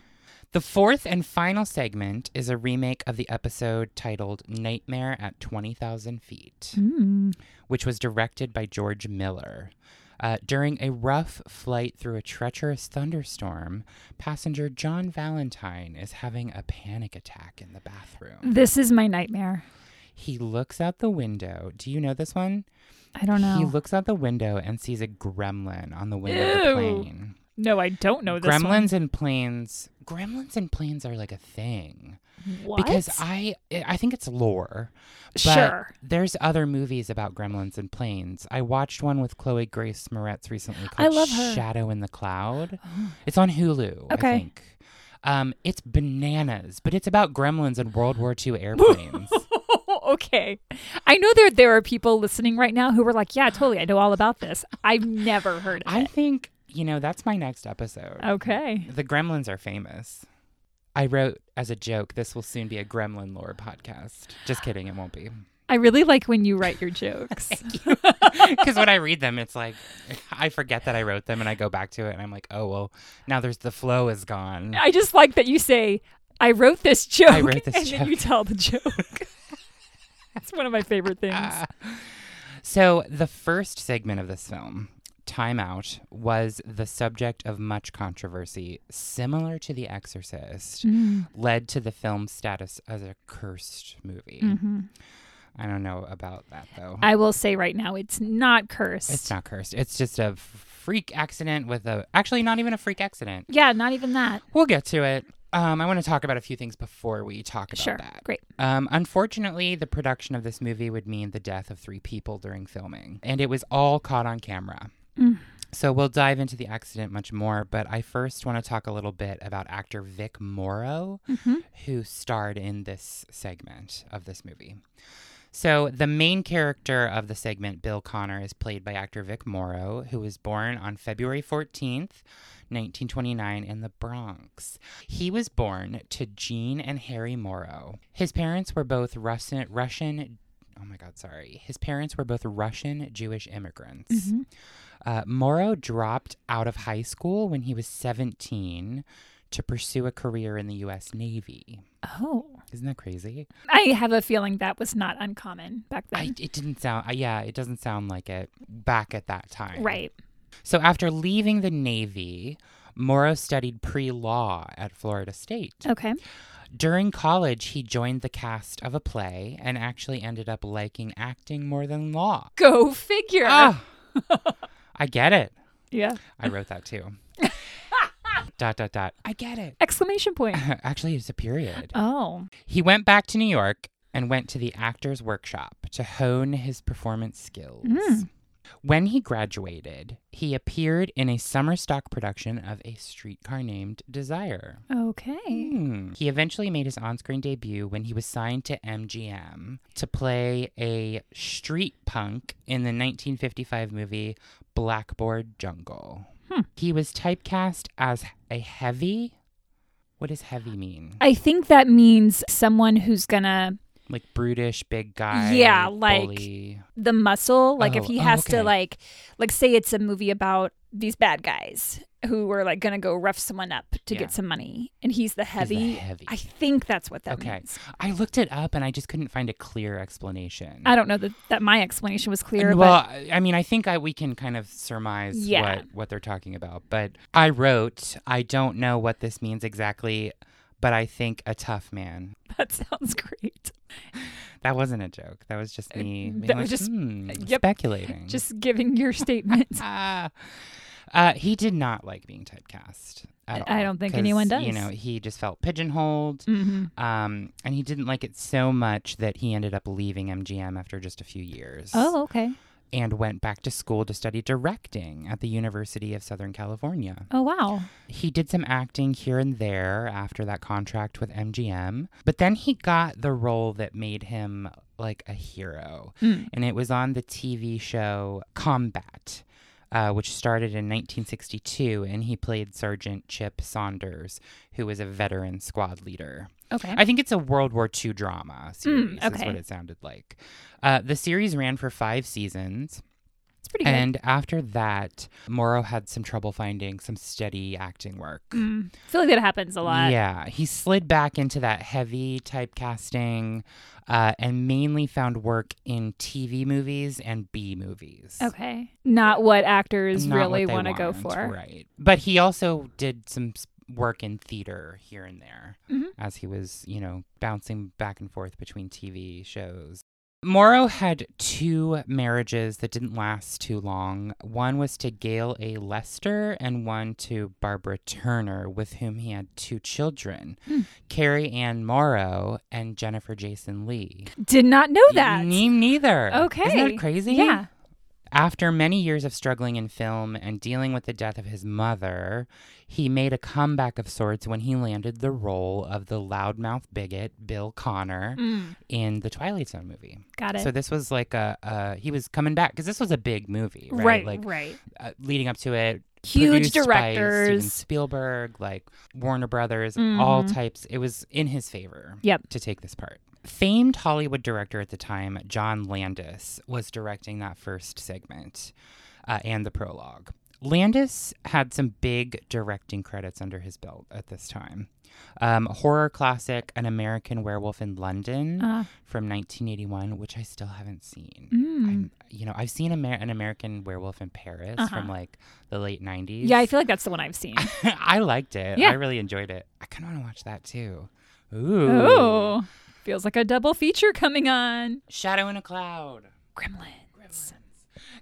[SPEAKER 1] The fourth and final segment is a remake of the episode titled Nightmare at 20,000 Feet,
[SPEAKER 2] Mm.
[SPEAKER 1] which was directed by George Miller. Uh, during a rough flight through a treacherous thunderstorm, passenger John Valentine is having a panic attack in the bathroom.
[SPEAKER 2] This is my nightmare.
[SPEAKER 1] He looks out the window. Do you know this one?
[SPEAKER 2] I don't know.
[SPEAKER 1] He looks out the window and sees a gremlin on the window of
[SPEAKER 2] Ew.
[SPEAKER 1] the plane.
[SPEAKER 2] no, I don't know this.
[SPEAKER 1] gremlins and planes. Gremlins and planes are like a thing.
[SPEAKER 2] One. What?
[SPEAKER 1] because I I think it's lore. But
[SPEAKER 2] Sure.
[SPEAKER 1] There's other movies about gremlins and planes. I watched one with Chloe Grace Moretz recently
[SPEAKER 2] I
[SPEAKER 1] called
[SPEAKER 2] love her.
[SPEAKER 1] Shadow in the Cloud. It's on Hulu, I
[SPEAKER 2] Okay.
[SPEAKER 1] think. Um, it's bananas, but it's about gremlins and World War II airplanes.
[SPEAKER 2] okay. I know there there are people listening right now who were like, "Yeah, totally. I know all about this. I've never heard of
[SPEAKER 1] I
[SPEAKER 2] it."
[SPEAKER 1] think, you know, that's my next episode.
[SPEAKER 2] Okay.
[SPEAKER 1] The gremlins are famous. I wrote as a joke, this will soon be a gremlin lore podcast. Just kidding, it won't be.
[SPEAKER 2] I really like when you write your jokes.
[SPEAKER 1] Because when I read them, it's like I forget that I wrote them, and I go back to it, and I'm like, oh well, now there's the flow is gone.
[SPEAKER 2] I just like that you say, "I wrote this joke,"
[SPEAKER 1] wrote this
[SPEAKER 2] and then
[SPEAKER 1] joke.
[SPEAKER 2] you tell the joke. That's one of my favorite things.
[SPEAKER 1] So the first segment of this film, Time Out, was the subject of much controversy, similar to The Exorcist,
[SPEAKER 2] Mm.
[SPEAKER 1] led to the film's status as a cursed movie. I don't know about that though.
[SPEAKER 2] Mm-hmm. I will say right now, it's not cursed.
[SPEAKER 1] it's not cursed. It's just a freak accident with a actually not even a freak accident.
[SPEAKER 2] Yeah, not even that.
[SPEAKER 1] We'll get to it. Um, I want to talk about a few things before we talk about
[SPEAKER 2] Sure.
[SPEAKER 1] that.
[SPEAKER 2] Great.
[SPEAKER 1] Um, unfortunately, the production of this movie would mean the death of three people during filming, and it was all caught on camera. So we'll dive into the accident much more, but I first want to talk a little bit about actor Vic Morrow, who starred in this segment of this movie. So the main character of the segment, Bill Connor, is played by actor Vic Morrow, who was born on February 14th, 1929 in the Bronx. He was born to Jean and Harry Morrow. His parents were both Russian Russian Oh my God, sorry. His parents were both Russian Jewish immigrants. Uh, Morrow dropped out of high school when he was 17 to pursue a career in the U.S. Navy.
[SPEAKER 2] Oh,
[SPEAKER 1] Isn't that crazy?
[SPEAKER 2] I have a feeling that was not uncommon back
[SPEAKER 1] I,
[SPEAKER 2] then.
[SPEAKER 1] it didn't sound, uh, yeah, it doesn't sound like it back at that time.
[SPEAKER 2] right.
[SPEAKER 1] So after leaving the Navy, Morrow studied pre law at Florida State.
[SPEAKER 2] Okay.
[SPEAKER 1] During college, he joined the cast of a play and actually ended up liking acting more than law.
[SPEAKER 2] Go figure.
[SPEAKER 1] Ah, I get it.
[SPEAKER 2] Yeah.
[SPEAKER 1] I wrote that too. dot, dot, dot. I get it.
[SPEAKER 2] Exclamation point.
[SPEAKER 1] Actually, it's a period.
[SPEAKER 2] Oh.
[SPEAKER 1] He went back to New York and went to the actor's workshop to hone his performance skills. When he graduated, he appeared in a summer stock production of A Streetcar Named Desire.
[SPEAKER 2] Okay.
[SPEAKER 1] Hmm. He eventually made his on screen debut when he was signed to MGM to play a street punk in the 1955 movie Blackboard Jungle.
[SPEAKER 2] Hmm.
[SPEAKER 1] He was typecast as a heavy. What does heavy mean?
[SPEAKER 2] I think that means someone who's gonna
[SPEAKER 1] Like brutish, big guy.
[SPEAKER 2] Yeah, like-
[SPEAKER 1] bully.
[SPEAKER 2] the muscle. Like if
[SPEAKER 1] Oh,
[SPEAKER 2] he
[SPEAKER 1] oh,
[SPEAKER 2] has
[SPEAKER 1] okay.
[SPEAKER 2] to like like say it's a movie about these bad guys who were like gonna go rough someone up to
[SPEAKER 1] Yeah.
[SPEAKER 2] get some money, and he's the heavy.
[SPEAKER 1] heavy.
[SPEAKER 2] I think that's what that
[SPEAKER 1] Okay.
[SPEAKER 2] means.
[SPEAKER 1] I looked it up and I just couldn't find a clear explanation.
[SPEAKER 2] I don't know that, that my explanation was clear,
[SPEAKER 1] well, I- I mean, I think I, we can kind of surmise
[SPEAKER 2] Yeah.
[SPEAKER 1] what, what they're talking about. But I wrote, I don't know what this means exactly, but I think a tough man.
[SPEAKER 2] but that sounds great.
[SPEAKER 1] That wasn't a joke. That was just me. being
[SPEAKER 2] Uh, that
[SPEAKER 1] like,
[SPEAKER 2] was just- uh,
[SPEAKER 1] "Hmm,"
[SPEAKER 2] yep.
[SPEAKER 1] speculating.
[SPEAKER 2] Just giving your statement.
[SPEAKER 1] Ah. Uh, he did not like being typecast. At
[SPEAKER 2] I- I
[SPEAKER 1] all,
[SPEAKER 2] don't think
[SPEAKER 1] 'cause,
[SPEAKER 2] anyone
[SPEAKER 1] You
[SPEAKER 2] does.
[SPEAKER 1] know, he just felt pigeonholed.
[SPEAKER 2] mm-hmm.
[SPEAKER 1] Um, and he didn't like it so much that he ended up leaving MGM after just a few years.
[SPEAKER 2] Oh, okay.
[SPEAKER 1] and went back to school to study directing at the University of Southern California.
[SPEAKER 2] Oh, wow.
[SPEAKER 1] He did some acting here and there after that contract with MGM, but then he got the role that made him like a hero,
[SPEAKER 2] Mm.
[SPEAKER 1] and it was on the TV show Combat. Uh, which started in 1962, and he played Sergeant Chip Saunders, who was a veteran squad leader.
[SPEAKER 2] Okay.
[SPEAKER 1] I think it's a World War II drama series, is
[SPEAKER 2] okay.
[SPEAKER 1] what it sounded like. Uh, the series ran for five seasons.
[SPEAKER 2] It's pretty good.
[SPEAKER 1] And after that, Morrow had some trouble finding some steady acting work.
[SPEAKER 2] Mm. I feel like that happens a lot.
[SPEAKER 1] Yeah, he slid back into that heavy typecasting uh, and mainly found work in TV movies and B movies.
[SPEAKER 2] Okay. Not what actors
[SPEAKER 1] Not
[SPEAKER 2] really
[SPEAKER 1] what they
[SPEAKER 2] want to go
[SPEAKER 1] want,
[SPEAKER 2] for.
[SPEAKER 1] Right. But he also did some s- work in theater here and there
[SPEAKER 2] Mhm.
[SPEAKER 1] as he was, you know, bouncing back and forth between TV shows. Morrow had two marriages that didn't last too long. One was to Gail A. Lester and one to Barbara Turner, with whom he had two children,
[SPEAKER 2] Hmm.
[SPEAKER 1] Carrie Ann Morrow and Jennifer Jason Lee.
[SPEAKER 2] Did not know that.
[SPEAKER 1] Me neither. Isn't
[SPEAKER 2] Okay.
[SPEAKER 1] that crazy?
[SPEAKER 2] Yeah.
[SPEAKER 1] After many years of struggling in film and dealing with the death of his mother, he made a comeback of sorts when he landed the role of the loudmouth bigot Bill Connor
[SPEAKER 2] Mm.
[SPEAKER 1] in the Twilight Zone movie.
[SPEAKER 2] Got it.
[SPEAKER 1] So this was like a uh, he was coming back because this was a big movie, right?
[SPEAKER 2] right.
[SPEAKER 1] like
[SPEAKER 2] right.
[SPEAKER 1] uh, leading up to it.
[SPEAKER 2] Huge
[SPEAKER 1] produced by Steven
[SPEAKER 2] directors. Mm-hmm.
[SPEAKER 1] Spielberg, like Warner Brothers, all types. It was in his favor
[SPEAKER 2] Yep.
[SPEAKER 1] to take this part. Famed Hollywood director at the time, John Landis, was directing that first segment uh, and the prologue. Landis had some big directing credits under his belt at this time. Um, horror classic An American Werewolf in London
[SPEAKER 2] Uh,
[SPEAKER 1] from 1981, which I still haven't seen.
[SPEAKER 2] mm.
[SPEAKER 1] I'm, you know, I've seen Amer- An American Werewolf in Paris from
[SPEAKER 2] Uh-huh.
[SPEAKER 1] like the late 90s.
[SPEAKER 2] Yeah, I feel like that's the one I've seen.
[SPEAKER 1] I liked it.
[SPEAKER 2] Yeah.
[SPEAKER 1] I really enjoyed it. I kind of want to watch that too. Ooh.
[SPEAKER 2] oh. Feels like a double feature coming on.
[SPEAKER 1] Shadow in a Cloud.
[SPEAKER 2] Gremlins.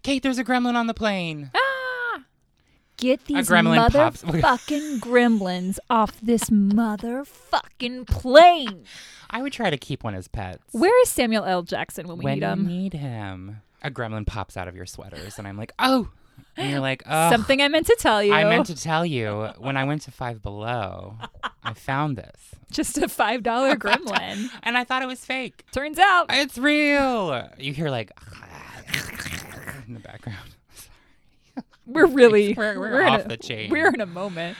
[SPEAKER 1] Kate, there's a gremlin on the plane.
[SPEAKER 2] Ah! Get these
[SPEAKER 1] gremlin pops-
[SPEAKER 2] motherfucking gremlins off this motherfucking plane.
[SPEAKER 1] I would try to keep one as pets.
[SPEAKER 2] Where is Samuel L. Jackson when we
[SPEAKER 1] when
[SPEAKER 2] need
[SPEAKER 1] you
[SPEAKER 2] him?
[SPEAKER 1] need him. A gremlin pops out of your sweaters, and I'm like, oh. And you're like, oh.
[SPEAKER 2] Something I meant to tell you.
[SPEAKER 1] I meant to tell you when I went to Five Below, I found this.
[SPEAKER 2] Just a $5 gremlin.
[SPEAKER 1] And I thought it was fake.
[SPEAKER 2] Turns out.
[SPEAKER 1] It's real. You hear like in the background.
[SPEAKER 2] We're really
[SPEAKER 1] We're- we're
[SPEAKER 2] in
[SPEAKER 1] off
[SPEAKER 2] a-
[SPEAKER 1] the chain.
[SPEAKER 2] We're in a moment.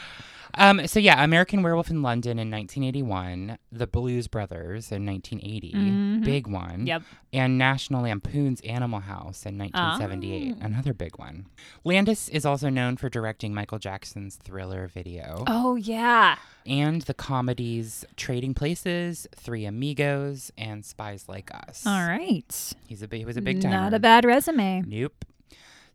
[SPEAKER 1] Um, so yeah, American Werewolf in London in 1981, The Blues Brothers in 1980, big one.
[SPEAKER 2] Mm-hmm. Yep.
[SPEAKER 1] And National Lampoon's Animal House in 1978,
[SPEAKER 2] Ah.
[SPEAKER 1] another big one. Landis is also known for directing Michael Jackson's Thriller video
[SPEAKER 2] Oh yeah.
[SPEAKER 1] and the comedies Trading Places, Three Amigos, and Spies Like Us.
[SPEAKER 2] All right.
[SPEAKER 1] He's a big, he was a big time.
[SPEAKER 2] Not a bad resume.
[SPEAKER 1] Nope.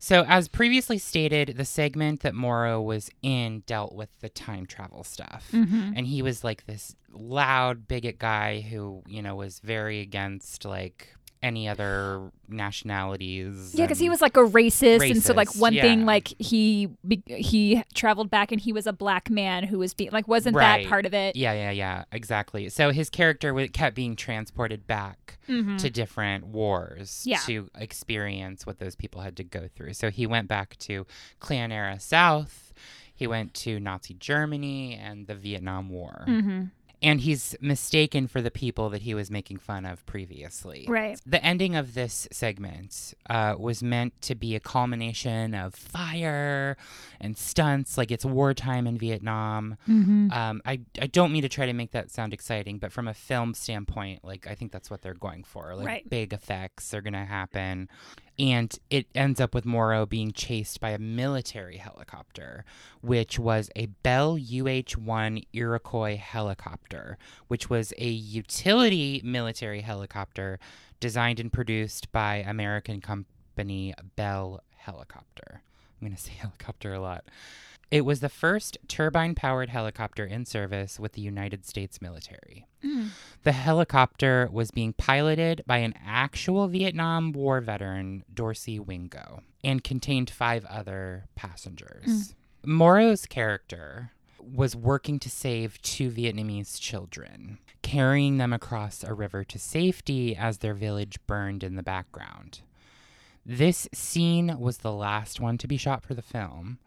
[SPEAKER 1] So, as previously stated, the segment that Morrow was in dealt with the time travel stuff.
[SPEAKER 2] Mm-hmm.
[SPEAKER 1] And he was like this loud bigot guy who, you know, was very against like any other nationalities.
[SPEAKER 2] Yeah, because he
[SPEAKER 1] and-
[SPEAKER 2] was like a racist, and so like
[SPEAKER 1] Racist,
[SPEAKER 2] one thing,
[SPEAKER 1] yeah.
[SPEAKER 2] like he be- he traveled back, and he was a black man who was being like, wasn't
[SPEAKER 1] Right.
[SPEAKER 2] that part of it?
[SPEAKER 1] Yeah, yeah, yeah, exactly. So his character w- kept being transported back
[SPEAKER 2] Mm-hmm.
[SPEAKER 1] to different wars
[SPEAKER 2] Mm. Yeah.
[SPEAKER 1] to experience what those people had to go through. So he went back to Clan era South, he went to Nazi Germany and the Vietnam War.
[SPEAKER 2] Mm. Mm-hmm.
[SPEAKER 1] And he's mistaken for the people that he was making fun of previously.
[SPEAKER 2] Right.
[SPEAKER 1] The ending of this segment uh, was meant to be a culmination of fire and stunts, like it's wartime in Vietnam.
[SPEAKER 2] Mm-hmm. Mm.
[SPEAKER 1] Um, I, I don't mean to try to make that sound exciting, but from a film standpoint, like I think that's what they're going for. Like
[SPEAKER 2] Right.
[SPEAKER 1] big effects are going to happen. And it ends up with Morrow being chased by a military helicopter, which was a Bell UH 1 Iroquois helicopter, which was a utility military helicopter designed and produced by American company Bell Helicopter. I'm going to say helicopter a lot. It was the first turbine powered helicopter in service with the United States military. The helicopter was being piloted by an actual Vietnam War veteran, Dorsey Wingo, and contained five other passengers. Morrow's character was working to save two Vietnamese children, carrying them across a river to safety as their village burned in the background. This scene was the last one to be shot for the film,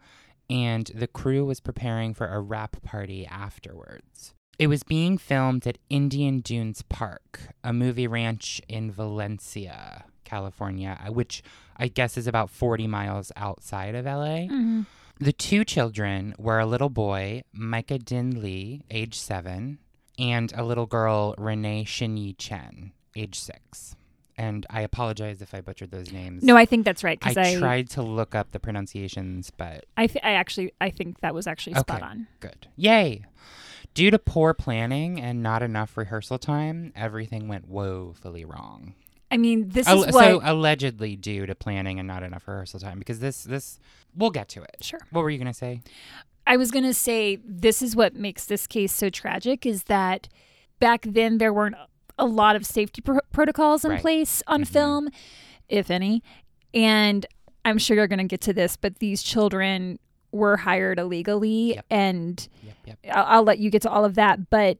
[SPEAKER 1] and the crew was preparing for a wrap party afterwards. It was being filmed at Indian Dunes Park, a movie ranch in Valencia, California, uh, which I guess is about 40 miles outside of LA.
[SPEAKER 2] Mhm.
[SPEAKER 1] The two children were a little boy, Micah Din Lee, age seven, and a little girl, Renee Shinyi Chen, age six. And I apologize if I butchered those names.
[SPEAKER 2] No, I think that's right
[SPEAKER 1] I,
[SPEAKER 2] because I, I,
[SPEAKER 1] tried to look up the pronunciations, but
[SPEAKER 2] th- I actually I think that was actually spot
[SPEAKER 1] Okay.
[SPEAKER 2] on.
[SPEAKER 1] good. Yay! Due to poor planning and not enough rehearsal time, everything went woefully wrong.
[SPEAKER 2] I mean, this
[SPEAKER 1] Al-
[SPEAKER 2] is what
[SPEAKER 1] Oh, so allegedly due to planning and not enough rehearsal time, because this this we'll get to it.
[SPEAKER 2] Sure.
[SPEAKER 1] What were you gonna say?
[SPEAKER 2] I was going to say this is what makes this case so tragic is that back then there weren't a lot of safety pro- protocols in
[SPEAKER 1] Right.
[SPEAKER 2] place on
[SPEAKER 1] Mhm.
[SPEAKER 2] film, if any. And I'm sure you're going to get to this, but these children were hired illegally.
[SPEAKER 1] Yep.
[SPEAKER 2] And
[SPEAKER 1] Yep, yep.
[SPEAKER 2] I'll, I'll let you get to all of that, but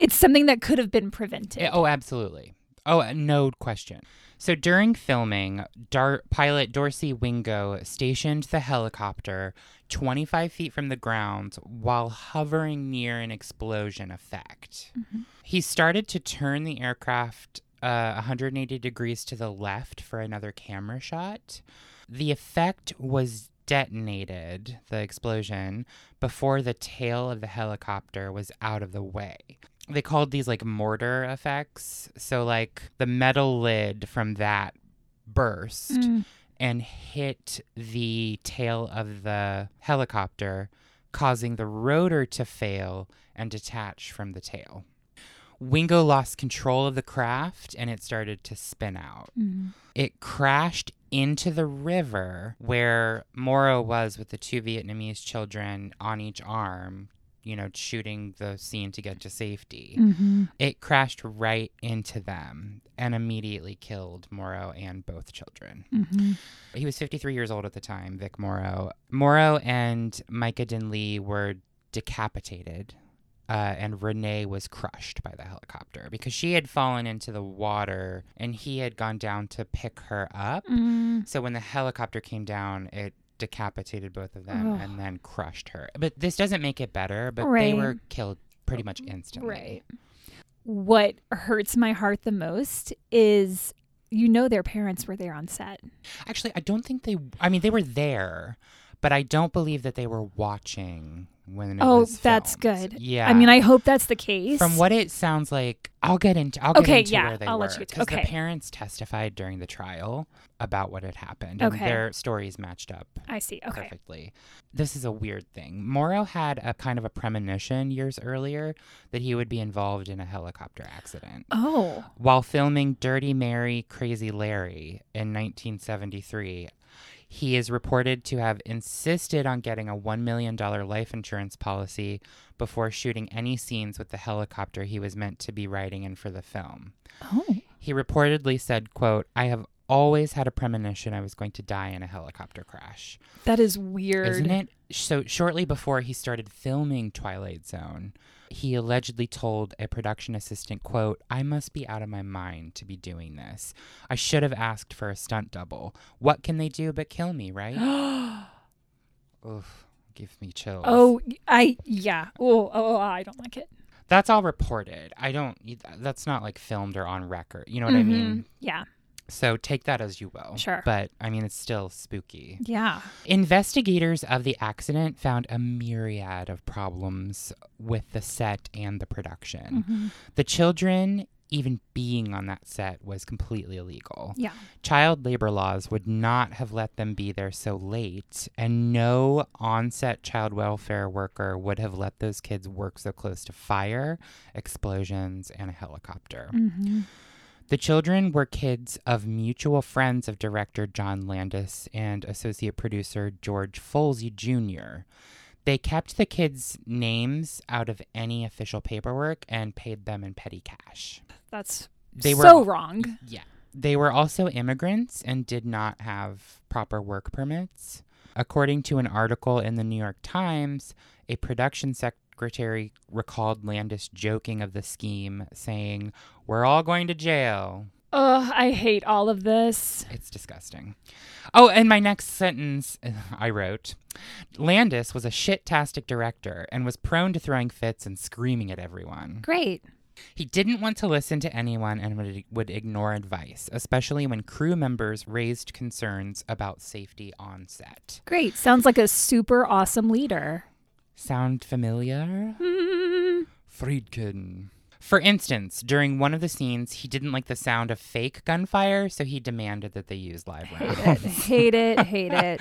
[SPEAKER 2] it's something that could have been prevented.
[SPEAKER 1] Yeah, oh, absolutely. Oh, uh, no question. So during filming, Dar- pilot Dorsey Wingo stationed the helicopter 25 feet from the ground while hovering near an explosion effect. He started to turn the aircraft uh, 180 degrees to the left for another camera shot. The effect was detonated, the explosion, before the tail of the helicopter was out of the way they called these like mortar effects. So like the metal lid from that burst
[SPEAKER 2] Mm.
[SPEAKER 1] and hit the tail of the helicopter, causing the rotor to fail and detach from the tail. Wingo lost control of the craft and it started to spin out.
[SPEAKER 2] Mm.
[SPEAKER 1] It crashed into the river where Moro was with the two Vietnamese children on each arm, you know, shooting the scene to get to safety.
[SPEAKER 2] Mhm.
[SPEAKER 1] It crashed right into them and immediately killed Morrow and both children.
[SPEAKER 2] Mhm.
[SPEAKER 1] He was 53 years old at the time, Vic Morrow. Morrow and Micah Dinley were decapitated, uh, and Renee was crushed by the helicopter because she had fallen into the water and he had gone down to pick her up.
[SPEAKER 2] Mm.
[SPEAKER 1] So when the helicopter came down, it decapitated both of them
[SPEAKER 2] Ugh.
[SPEAKER 1] and then crushed her. But this doesn't make it better, but they
[SPEAKER 2] Right. Mm,
[SPEAKER 1] were killed pretty much instantly.
[SPEAKER 2] Right. What hurts my heart the most is you know their parents were there on set.
[SPEAKER 1] Actually, I don't think they. I mean, they were there, but I don't believe that they were watching when. It
[SPEAKER 2] Oh,
[SPEAKER 1] was
[SPEAKER 2] that's
[SPEAKER 1] filmed.
[SPEAKER 2] good.
[SPEAKER 1] Yeah.
[SPEAKER 2] I mean, I hope that's the case.
[SPEAKER 1] From what it sounds like, I'll get into. I'll get
[SPEAKER 2] Okay,
[SPEAKER 1] into
[SPEAKER 2] yeah,
[SPEAKER 1] where they
[SPEAKER 2] I'll
[SPEAKER 1] were
[SPEAKER 2] let you get to-
[SPEAKER 1] because
[SPEAKER 2] okay.
[SPEAKER 1] the parents testified during the trial about what had happened, and
[SPEAKER 2] Okay.
[SPEAKER 1] their stories matched up
[SPEAKER 2] I see. Okay.
[SPEAKER 1] perfectly. This is a weird thing. Morrow had a kind of a premonition years earlier that he would be involved in a helicopter accident.
[SPEAKER 2] Oh.
[SPEAKER 1] While filming Dirty Mary, Crazy Larry in 1973, he is reported to have insisted on getting a $1 million life insurance policy before shooting any scenes with the helicopter he was meant to be riding in for the film.
[SPEAKER 2] Oh.
[SPEAKER 1] He reportedly said, quote, I have always had a premonition I was going to die in a helicopter crash.
[SPEAKER 2] That is weird.
[SPEAKER 1] Isn't it? So shortly before he started filming Twilight Zone, he allegedly told a production assistant, quote, I must be out of my mind to be doing this. I should have asked for a stunt double. What can they do but kill me, right? Oof, give me chills.
[SPEAKER 2] oh, I yeah. Oh, oh, oh, I don't like it.
[SPEAKER 1] That's all reported. I don't e, that's not like filmed or on record. You know what I
[SPEAKER 2] Mhm.
[SPEAKER 1] mean?
[SPEAKER 2] Yeah.
[SPEAKER 1] So take that as you will.
[SPEAKER 2] Sure.
[SPEAKER 1] But I mean it's still spooky.
[SPEAKER 2] Yeah.
[SPEAKER 1] Investigators of the accident found a myriad of problems with the set and the production.
[SPEAKER 2] Mhm.
[SPEAKER 1] The children, even being on that set, was completely illegal.
[SPEAKER 2] Yeah.
[SPEAKER 1] Child labor laws would not have let them be there so late, and no on-set child welfare worker would have let those kids work so close to fire, explosions, and a helicopter.
[SPEAKER 2] Mhm.
[SPEAKER 1] The children were kids of mutual friends of director John Landis and associate producer George Folsey Jr. They kept the kids' names out of any official paperwork and paid them in petty cash.
[SPEAKER 2] That's
[SPEAKER 1] They were
[SPEAKER 2] so wrong.
[SPEAKER 1] yeah. They were also immigrants and did not have proper work permits. According to an article in the New York Times, a production secretary recalled Landis joking of the scheme, saying, We're all going to jail.
[SPEAKER 2] Ugh, I hate all of this.
[SPEAKER 1] It's disgusting. Oh, and my next sentence I wrote Landis was a shit-tastic director and was prone to throwing fits and screaming at everyone.
[SPEAKER 2] Great.
[SPEAKER 1] He didn't want to listen to anyone and would, would ignore advice, especially when crew members raised concerns about safety on set.
[SPEAKER 2] Great. Sounds like a super awesome leader.
[SPEAKER 1] Sound familiar?
[SPEAKER 2] Mm.
[SPEAKER 1] Friedkin. For instance, during one of the scenes, he didn't like the sound of fake gunfire, so he demanded that they use live rounds.
[SPEAKER 2] hate it, hate it.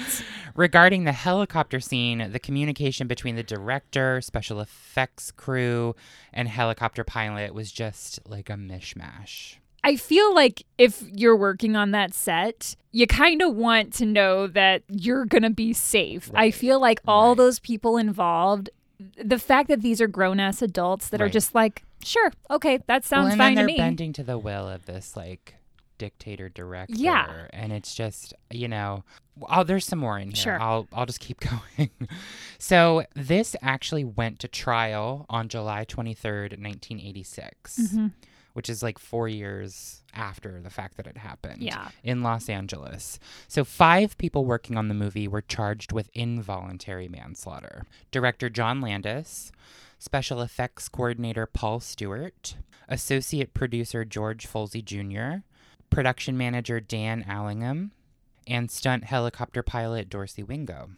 [SPEAKER 1] Regarding the helicopter scene, the communication between the director, special effects crew, and helicopter pilot was just like a mishmash.
[SPEAKER 2] I feel like if you're working on that set, you kind of want to know that you're going to be safe. I
[SPEAKER 1] Right.
[SPEAKER 2] feel like all
[SPEAKER 1] Right.
[SPEAKER 2] those people involved, the fact that these are grown ass adults that are
[SPEAKER 1] Right.
[SPEAKER 2] just like, sure, okay, that
[SPEAKER 1] Well,
[SPEAKER 2] sounds
[SPEAKER 1] and
[SPEAKER 2] fine
[SPEAKER 1] then
[SPEAKER 2] to
[SPEAKER 1] they're
[SPEAKER 2] me.
[SPEAKER 1] bending to the will of this like dictator director. and it's just you know, oh, there's some more in here.
[SPEAKER 2] Sure.
[SPEAKER 1] I'll I'll just keep going. so this actually went to trial on July 23rd, 1986,
[SPEAKER 2] Mhm.
[SPEAKER 1] which is like four years after the fact that it happened.
[SPEAKER 2] Yeah.
[SPEAKER 1] in Los Angeles. So, five people working on the movie were charged with involuntary manslaughter director John Landis, special effects coordinator Paul Stewart, associate producer George Folsey Jr., production manager Dan Allingham, and stunt helicopter pilot Dorsey Wingo.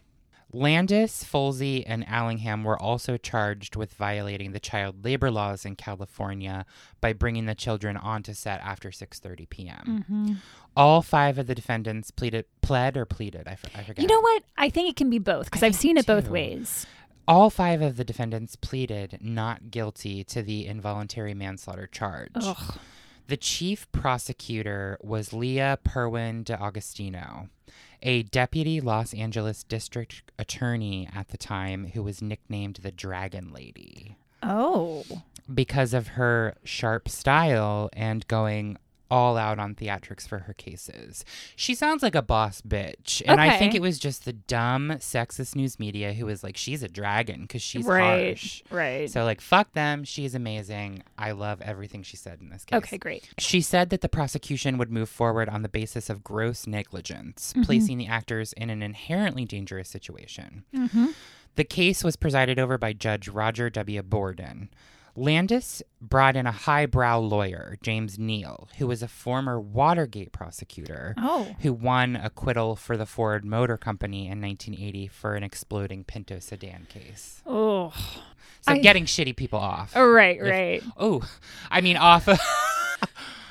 [SPEAKER 1] Landis, Folsey, and Allingham were also charged with violating the child labor laws in California by bringing the children onto set after 6:30 p.m.
[SPEAKER 2] Mhm.
[SPEAKER 1] All five of the defendants pleaded, pled or pleaded. I, f- I forget.
[SPEAKER 2] You know what? I think it can be both because
[SPEAKER 1] I
[SPEAKER 2] I've
[SPEAKER 1] think
[SPEAKER 2] seen it both
[SPEAKER 1] too.
[SPEAKER 2] ways.
[SPEAKER 1] all five of the defendants pleaded not guilty to the involuntary manslaughter charge.
[SPEAKER 2] Ugh.
[SPEAKER 1] The chief prosecutor was Leah Perwin de Agostino, a deputy Los Angeles district attorney at the time who was nicknamed the Dragon Lady
[SPEAKER 2] Oh.
[SPEAKER 1] because of her sharp style and going all out on theatrics for her cases. She sounds like a boss bitch. And I think
[SPEAKER 2] Okay.
[SPEAKER 1] it was just the dumb sexist news media who was like, she's a dragon because she's
[SPEAKER 2] Right.
[SPEAKER 1] harsh.
[SPEAKER 2] Right.
[SPEAKER 1] So, like, fuck them. She's amazing. I love everything she said in this case.
[SPEAKER 2] okay, great.
[SPEAKER 1] She said that the prosecution would move forward on the basis of gross negligence,
[SPEAKER 2] Mm-hmm.
[SPEAKER 1] placing the actors in an inherently dangerous situation.
[SPEAKER 2] Mhm.
[SPEAKER 1] The case was presided over by Judge Roger W. Borden. Landis brought in a highbrow lawyer, James Neal, who was a former Watergate prosecutor
[SPEAKER 2] Oh.
[SPEAKER 1] who won acquittal for the Ford Motor Company in 1980 for an exploding Pinto sedan case.
[SPEAKER 2] Oh.
[SPEAKER 1] So
[SPEAKER 2] I-
[SPEAKER 1] getting shitty people off.
[SPEAKER 2] Oh, right,
[SPEAKER 1] If-
[SPEAKER 2] right.
[SPEAKER 1] Oh, I mean off of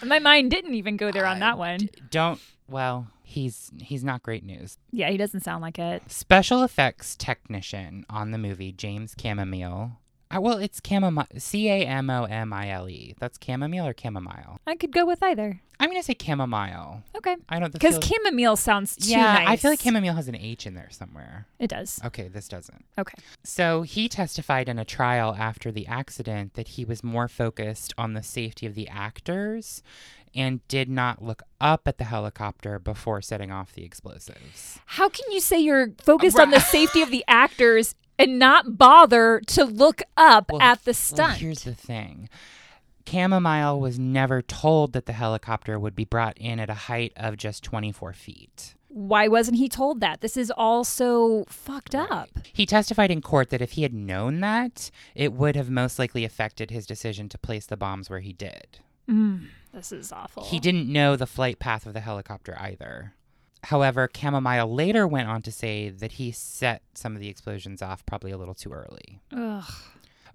[SPEAKER 2] My mind didn't even go there on
[SPEAKER 1] I
[SPEAKER 2] that one.
[SPEAKER 1] don't well, he's he's not great news.
[SPEAKER 2] Yeah, he doesn't sound like it.
[SPEAKER 1] Special effects technician on the movie James Chamomile. Uh, well, it's chamomile. C A M O M I L E. That's chamomile or chamomile.
[SPEAKER 2] I could go with either.
[SPEAKER 1] I'm gonna say chamomile.
[SPEAKER 2] Okay.
[SPEAKER 1] I don't
[SPEAKER 2] Because
[SPEAKER 1] feel-
[SPEAKER 2] chamomile sounds too
[SPEAKER 1] yeah,
[SPEAKER 2] nice.
[SPEAKER 1] I feel like chamomile has an H in there somewhere.
[SPEAKER 2] It does.
[SPEAKER 1] Okay, this doesn't.
[SPEAKER 2] Okay.
[SPEAKER 1] So he testified in a trial after the accident that he was more focused on the safety of the actors and did not look up at the helicopter before setting off the explosives.
[SPEAKER 2] How can you say you're focused on the safety of the actors and not bother to look up
[SPEAKER 1] Well,
[SPEAKER 2] at the
[SPEAKER 1] Well,
[SPEAKER 2] stunt?
[SPEAKER 1] here's the thing. Chamomile was never told that the helicopter would be brought in at a height of just 24 feet.
[SPEAKER 2] Why wasn't he told that? This is all so fucked up.
[SPEAKER 1] He testified in court that if he had known that, it would have most likely affected his decision to place the bombs where he did.
[SPEAKER 2] Mm, this is awful.
[SPEAKER 1] He didn't know the flight path of the helicopter either. However, Chamomile later went on to say that he set some of the explosions off probably a little too early.
[SPEAKER 2] Ugh.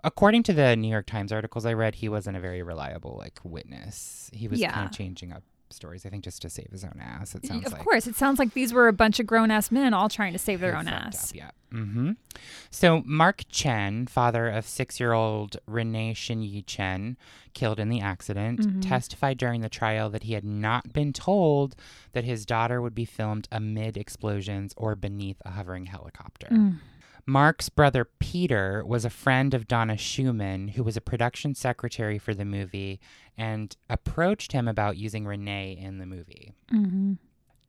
[SPEAKER 1] According to the New York Times articles I read, he wasn't a very reliable like witness. He was kind
[SPEAKER 2] Yeah.
[SPEAKER 1] of changing up stories, I think, just to save his own ass. It sounds
[SPEAKER 2] Of
[SPEAKER 1] like
[SPEAKER 2] course, it sounds like these were a bunch of grown ass men all trying to save their
[SPEAKER 1] Who
[SPEAKER 2] own
[SPEAKER 1] fucked
[SPEAKER 2] ass.
[SPEAKER 1] up, yeah. Mm-hmm. So Mark Chen, father of six-year-old Renee Shinyi Chen, killed in the accident,
[SPEAKER 2] Mm-hmm.
[SPEAKER 1] testified during the trial that he had not been told that his daughter would be filmed amid explosions or beneath a hovering helicopter.
[SPEAKER 2] Mm.
[SPEAKER 1] Mark's brother Peter was a friend of Donna Schumann, who was a production secretary for the movie, and approached him about using Renee in the movie.
[SPEAKER 2] Mm-hmm.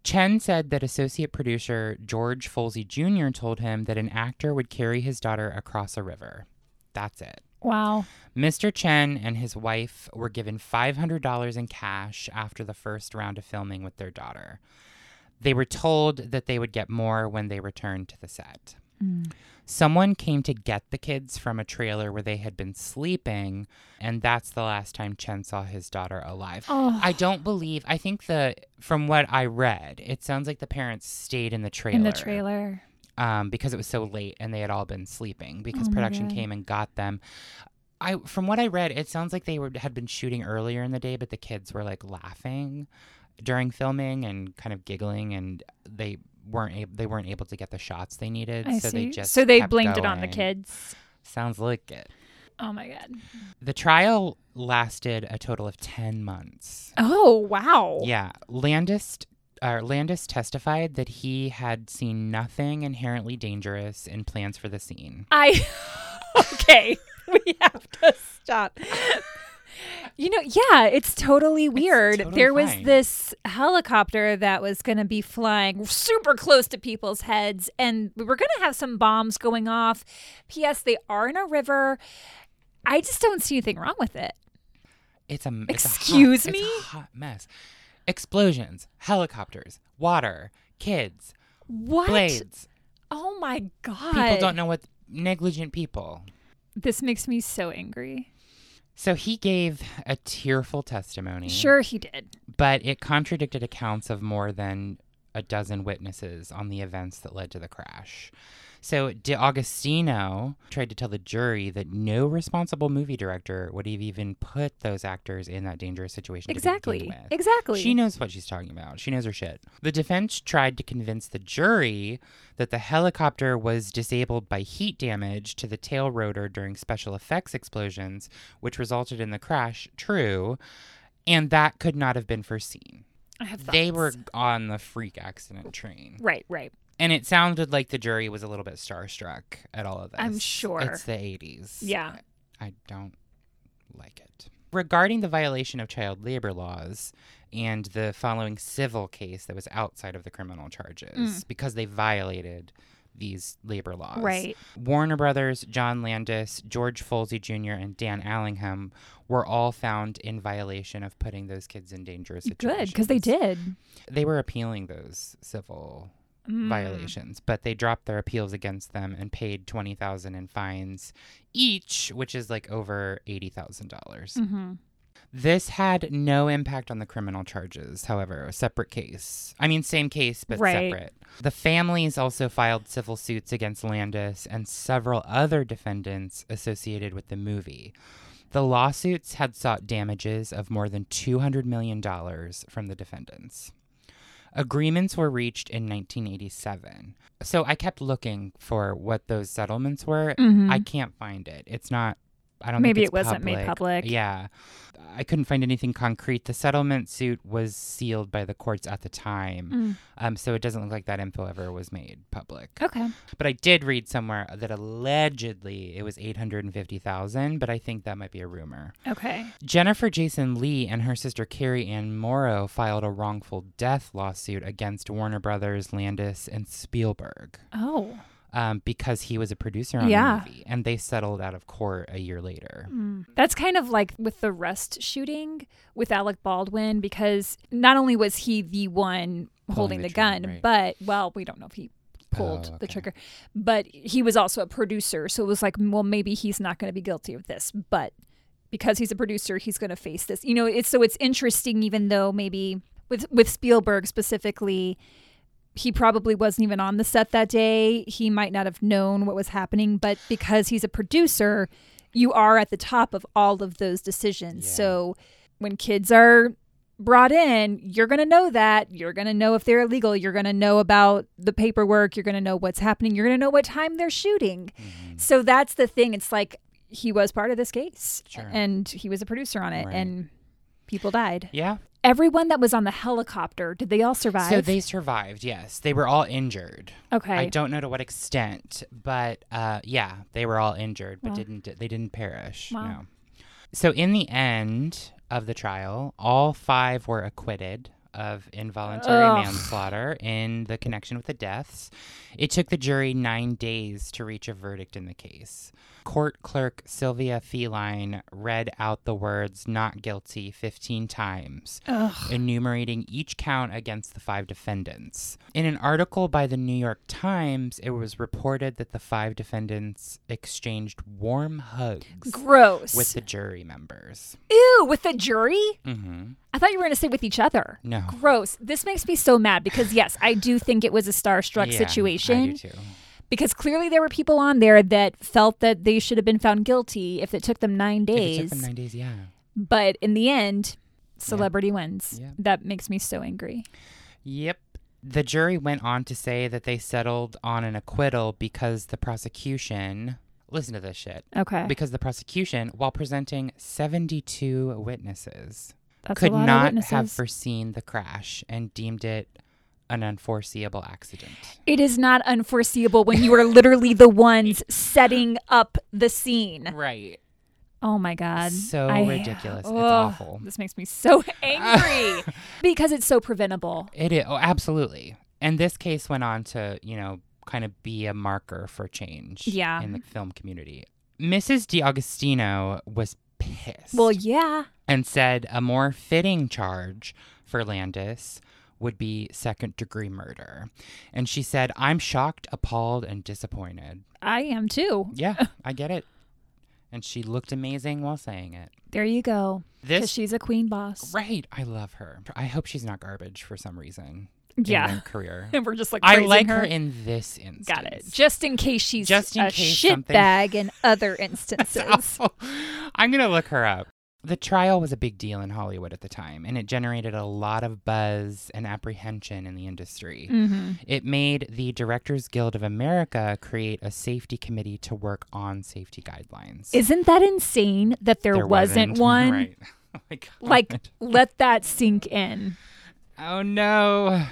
[SPEAKER 1] Chen said that associate producer George Folsey Jr. told him that an actor would carry his daughter across a river. That's it.
[SPEAKER 2] Wow.
[SPEAKER 1] Mr. Chen and his wife were given $500 in cash after the first round of filming with their daughter. They were told that they would get more when they returned to the set.
[SPEAKER 2] Mm.
[SPEAKER 1] Someone came to get the kids from a trailer where they had been sleeping, and that's the last time Chen saw his daughter alive.
[SPEAKER 2] Oh.
[SPEAKER 1] I don't believe, I think the, from what I read, it sounds like the parents stayed in the trailer
[SPEAKER 2] In the trailer.
[SPEAKER 1] um, because it was so late and they had all been sleeping because
[SPEAKER 2] Oh my
[SPEAKER 1] production
[SPEAKER 2] God.
[SPEAKER 1] came and got them. I from what I read, it sounds like they were, had been shooting earlier in the day, but the kids were like laughing during filming and kind of giggling, and they weren't ab- they weren't able to get the shots they needed,
[SPEAKER 2] I
[SPEAKER 1] so
[SPEAKER 2] see.
[SPEAKER 1] they just
[SPEAKER 2] so they
[SPEAKER 1] kept
[SPEAKER 2] blamed it on the
[SPEAKER 1] going.
[SPEAKER 2] kids.
[SPEAKER 1] Sounds like it.
[SPEAKER 2] Oh my god.
[SPEAKER 1] The trial lasted a total of ten months.
[SPEAKER 2] Oh wow.
[SPEAKER 1] Yeah, Landis uh, Landis testified that he had seen nothing inherently dangerous in plans for the scene.
[SPEAKER 2] I okay. We have to stop. You know, yeah, it's totally weird.
[SPEAKER 1] totally
[SPEAKER 2] there was
[SPEAKER 1] fine.
[SPEAKER 2] this helicopter that was going to be flying super close to people's heads, and we were going to have some bombs going off. P.S. They are in a river. I just don't see anything wrong with it.
[SPEAKER 1] It's a m- it's a hot- it's
[SPEAKER 2] Excuse
[SPEAKER 1] a
[SPEAKER 2] me?
[SPEAKER 1] hot mess. Explosions, helicopters, water, kids,
[SPEAKER 2] What?
[SPEAKER 1] blades.
[SPEAKER 2] Oh my god!
[SPEAKER 1] People don't know what negligent people.
[SPEAKER 2] This makes me so angry.
[SPEAKER 1] So he gave a tearful testimony,
[SPEAKER 2] Sure, he did.
[SPEAKER 1] but it contradicted accounts of more than a dozen witnesses on the events that led to the crash. So DeAgostino tried to tell the jury that no responsible movie director would have even put those actors in that dangerous situation. to begin
[SPEAKER 2] Exactly.
[SPEAKER 1] with.
[SPEAKER 2] Exactly.
[SPEAKER 1] She knows what she's talking about. She knows her shit. The defense tried to convince the jury that the helicopter was disabled by heat damage to the tail rotor during special effects explosions, which resulted in the crash. True. And that could not have been foreseen.
[SPEAKER 2] I have
[SPEAKER 1] They
[SPEAKER 2] thoughts.
[SPEAKER 1] were on the freak accident train.
[SPEAKER 2] right. Right.
[SPEAKER 1] And it sounded like the jury was a little bit starstruck at all of this.
[SPEAKER 2] I'm sure.
[SPEAKER 1] It's the 80s.
[SPEAKER 2] Yeah.
[SPEAKER 1] I don't like it. Regarding the violation of child labor laws and the following civil case that was outside of the criminal charges
[SPEAKER 2] Mm.
[SPEAKER 1] because they violated these labor laws.
[SPEAKER 2] Right.
[SPEAKER 1] Warner Brothers, John Landis, George Folsey Jr., and Dan Allingham were all found in violation of putting those kids in dangerous situations.
[SPEAKER 2] Good, because they did.
[SPEAKER 1] They were appealing those civil
[SPEAKER 2] Mm.
[SPEAKER 1] Mm-hmm. violations, but they dropped their appeals against them and paid twenty thousand in fines each, which is like over eighty thousand dollars.
[SPEAKER 2] Mm-hmm.
[SPEAKER 1] This had no impact on the criminal charges, however, a separate case. I mean, same case but
[SPEAKER 2] Right.
[SPEAKER 1] separate. The families also filed civil suits against Landis and several other defendants associated with the movie. The lawsuits had sought damages of more than $200 million from the defendants. Agreements were reached in 1987. So I kept looking for what those settlements were.
[SPEAKER 2] Mhm.
[SPEAKER 1] I can't find it. It's not. I don't.
[SPEAKER 2] Maybe
[SPEAKER 1] think it's
[SPEAKER 2] it wasn't made public.
[SPEAKER 1] Yeah, I couldn't find anything concrete. The settlement suit was sealed by the courts at the time,
[SPEAKER 2] Mm.
[SPEAKER 1] um, so it doesn't look like that info ever was made public.
[SPEAKER 2] Okay.
[SPEAKER 1] But I did read somewhere that allegedly it was eight hundred and fifty thousand, but I think that might be a rumor.
[SPEAKER 2] Okay.
[SPEAKER 1] Jennifer Jason Lee and her sister Carrie Ann Morrow filed a wrongful death lawsuit against Warner Brothers, Landis, and Spielberg
[SPEAKER 2] Oh.
[SPEAKER 1] um, because he was a producer on
[SPEAKER 2] Yeah. Mm.
[SPEAKER 1] the movie, and they settled out of court a year later.
[SPEAKER 2] That's kind of like with the Rust shooting with Alec Baldwin, because not only was he the one holding
[SPEAKER 1] the
[SPEAKER 2] the, gun,
[SPEAKER 1] trigger, right.
[SPEAKER 2] but, well, we don't know if he pulled
[SPEAKER 1] Oh,
[SPEAKER 2] the
[SPEAKER 1] okay.
[SPEAKER 2] trigger, but he was also a producer. So it was like, well, maybe he's not going to be guilty of this, but because he's a producer, he's going to face this. You know, it's so it's interesting, even though maybe with, with Spielberg specifically, he probably wasn't even on the set that day. He might not have known what was happening, but because he's a producer, you are at the top of all of those decisions.
[SPEAKER 1] Yeah.
[SPEAKER 2] So when kids are brought in, you're going to know that. You're going to know if they're illegal. You're going to know about the paperwork. You're going to know what's happening. You're going to know what time they're shooting.
[SPEAKER 1] Mm-hmm.
[SPEAKER 2] So that's the thing. It's like he was part of this case
[SPEAKER 1] Sure.
[SPEAKER 2] and he was a producer on it
[SPEAKER 1] Right.
[SPEAKER 2] and people died.
[SPEAKER 1] Yeah.
[SPEAKER 2] Everyone that was on the helicopter, did they all survive?
[SPEAKER 1] So they survived, yes. They were all injured.
[SPEAKER 2] okay.
[SPEAKER 1] I don't know to what extent, but uh, yeah, they were all injured, but
[SPEAKER 2] Wow.
[SPEAKER 1] didn't they didn't perish.
[SPEAKER 2] Wow.
[SPEAKER 1] No. So in the end of the trial, all five were acquitted of involuntary
[SPEAKER 2] Ugh.
[SPEAKER 1] manslaughter in the connection with the deaths. It took the jury nine days to reach a verdict in the case. Court clerk Sylvia Feline read out the words not guilty 15 times
[SPEAKER 2] Ugh.
[SPEAKER 1] enumerating each count against the five defendants. In an article by the New York Times, it was reported that the five defendants exchanged warm hugs
[SPEAKER 2] Gross.
[SPEAKER 1] with the jury members.
[SPEAKER 2] Ew, with the jury?
[SPEAKER 1] hmm
[SPEAKER 2] I thought you were going to say with each other.
[SPEAKER 1] No.
[SPEAKER 2] Gross. This makes me so mad because, yes, I do think it was a starstruck
[SPEAKER 1] Yeah, I do
[SPEAKER 2] situation
[SPEAKER 1] too.
[SPEAKER 2] because clearly there were people on there that felt that they should have been found guilty if it took them nine
[SPEAKER 1] If it
[SPEAKER 2] days.
[SPEAKER 1] took them nine days, yeah.
[SPEAKER 2] but in the end, celebrity wins.
[SPEAKER 1] Yeah.
[SPEAKER 2] That makes me so angry.
[SPEAKER 1] Yep. The jury went on to say that they settled on an acquittal because the prosecution. Listen to this shit.
[SPEAKER 2] Okay.
[SPEAKER 1] Because the prosecution, while presenting 72 witnesses,
[SPEAKER 2] That's
[SPEAKER 1] could
[SPEAKER 2] a lot
[SPEAKER 1] not
[SPEAKER 2] of
[SPEAKER 1] have
[SPEAKER 2] witnesses.
[SPEAKER 1] foreseen the crash and deemed it an unforeseeable accident.
[SPEAKER 2] It is not unforeseeable when you are literally the ones setting up the scene.
[SPEAKER 1] Right.
[SPEAKER 2] Oh my God.
[SPEAKER 1] So
[SPEAKER 2] I-
[SPEAKER 1] ridiculous. It's
[SPEAKER 2] Ugh,
[SPEAKER 1] awful.
[SPEAKER 2] This makes me so angry because it's so preventable.
[SPEAKER 1] It is. Oh, absolutely. And this case went on to, you know, kind of be a marker for change
[SPEAKER 2] Yeah.
[SPEAKER 1] in the film community. Mrs. DiAgostino was pissed
[SPEAKER 2] Well, yeah.
[SPEAKER 1] and said a more fitting charge for Landis would be second degree murder. And she said, I'm shocked, appalled, and disappointed.
[SPEAKER 2] I am too.
[SPEAKER 1] Yeah, I get it. And she looked amazing while saying it.
[SPEAKER 2] There you go. Because
[SPEAKER 1] This
[SPEAKER 2] she's a queen boss.
[SPEAKER 1] right, I love her. I hope she's not garbage for some reason. in her
[SPEAKER 2] Yeah.
[SPEAKER 1] career.
[SPEAKER 2] And we're just like,
[SPEAKER 1] I
[SPEAKER 2] praising
[SPEAKER 1] like her in this instance.
[SPEAKER 2] Got it. Just in case she's
[SPEAKER 1] Just in
[SPEAKER 2] a
[SPEAKER 1] case
[SPEAKER 2] shit
[SPEAKER 1] something-
[SPEAKER 2] bag in other instances.
[SPEAKER 1] Awful. I'm gonna look her up. The trial was a big deal in Hollywood at the time, and it generated a lot of buzz and apprehension in the industry.
[SPEAKER 2] mm-hmm.
[SPEAKER 1] It made the Directors Guild of America create a safety committee to work on safety guidelines.
[SPEAKER 2] Isn't that insane that there, wasn't, one?
[SPEAKER 1] Right. Oh my God.
[SPEAKER 2] Like, let that sink in.
[SPEAKER 1] Oh no.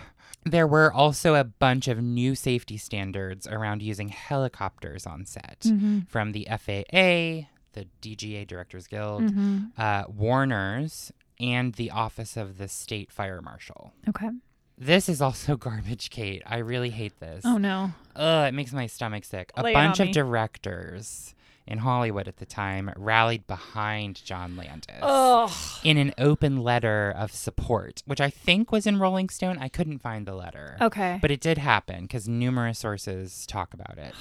[SPEAKER 1] There were also a bunch of new safety standards around using helicopters on set
[SPEAKER 2] Mm-hmm.
[SPEAKER 1] from the FAA, the DGA Directors Guild,
[SPEAKER 2] Mm-hmm.
[SPEAKER 1] uh, Warner's, and the Office of the State Fire Marshal.
[SPEAKER 2] Okay.
[SPEAKER 1] This is also garbage, Kate. I really hate this.
[SPEAKER 2] Oh no.
[SPEAKER 1] Ugh, it makes my stomach sick. A
[SPEAKER 2] Lay it
[SPEAKER 1] bunch
[SPEAKER 2] on
[SPEAKER 1] of
[SPEAKER 2] me.
[SPEAKER 1] directors in Hollywood at the time rallied behind John Landis
[SPEAKER 2] Oh.
[SPEAKER 1] in an open letter of support, which I think was in Rolling Stone. I couldn't find the letter.
[SPEAKER 2] Okay.
[SPEAKER 1] But it did happen because numerous sources talk about it.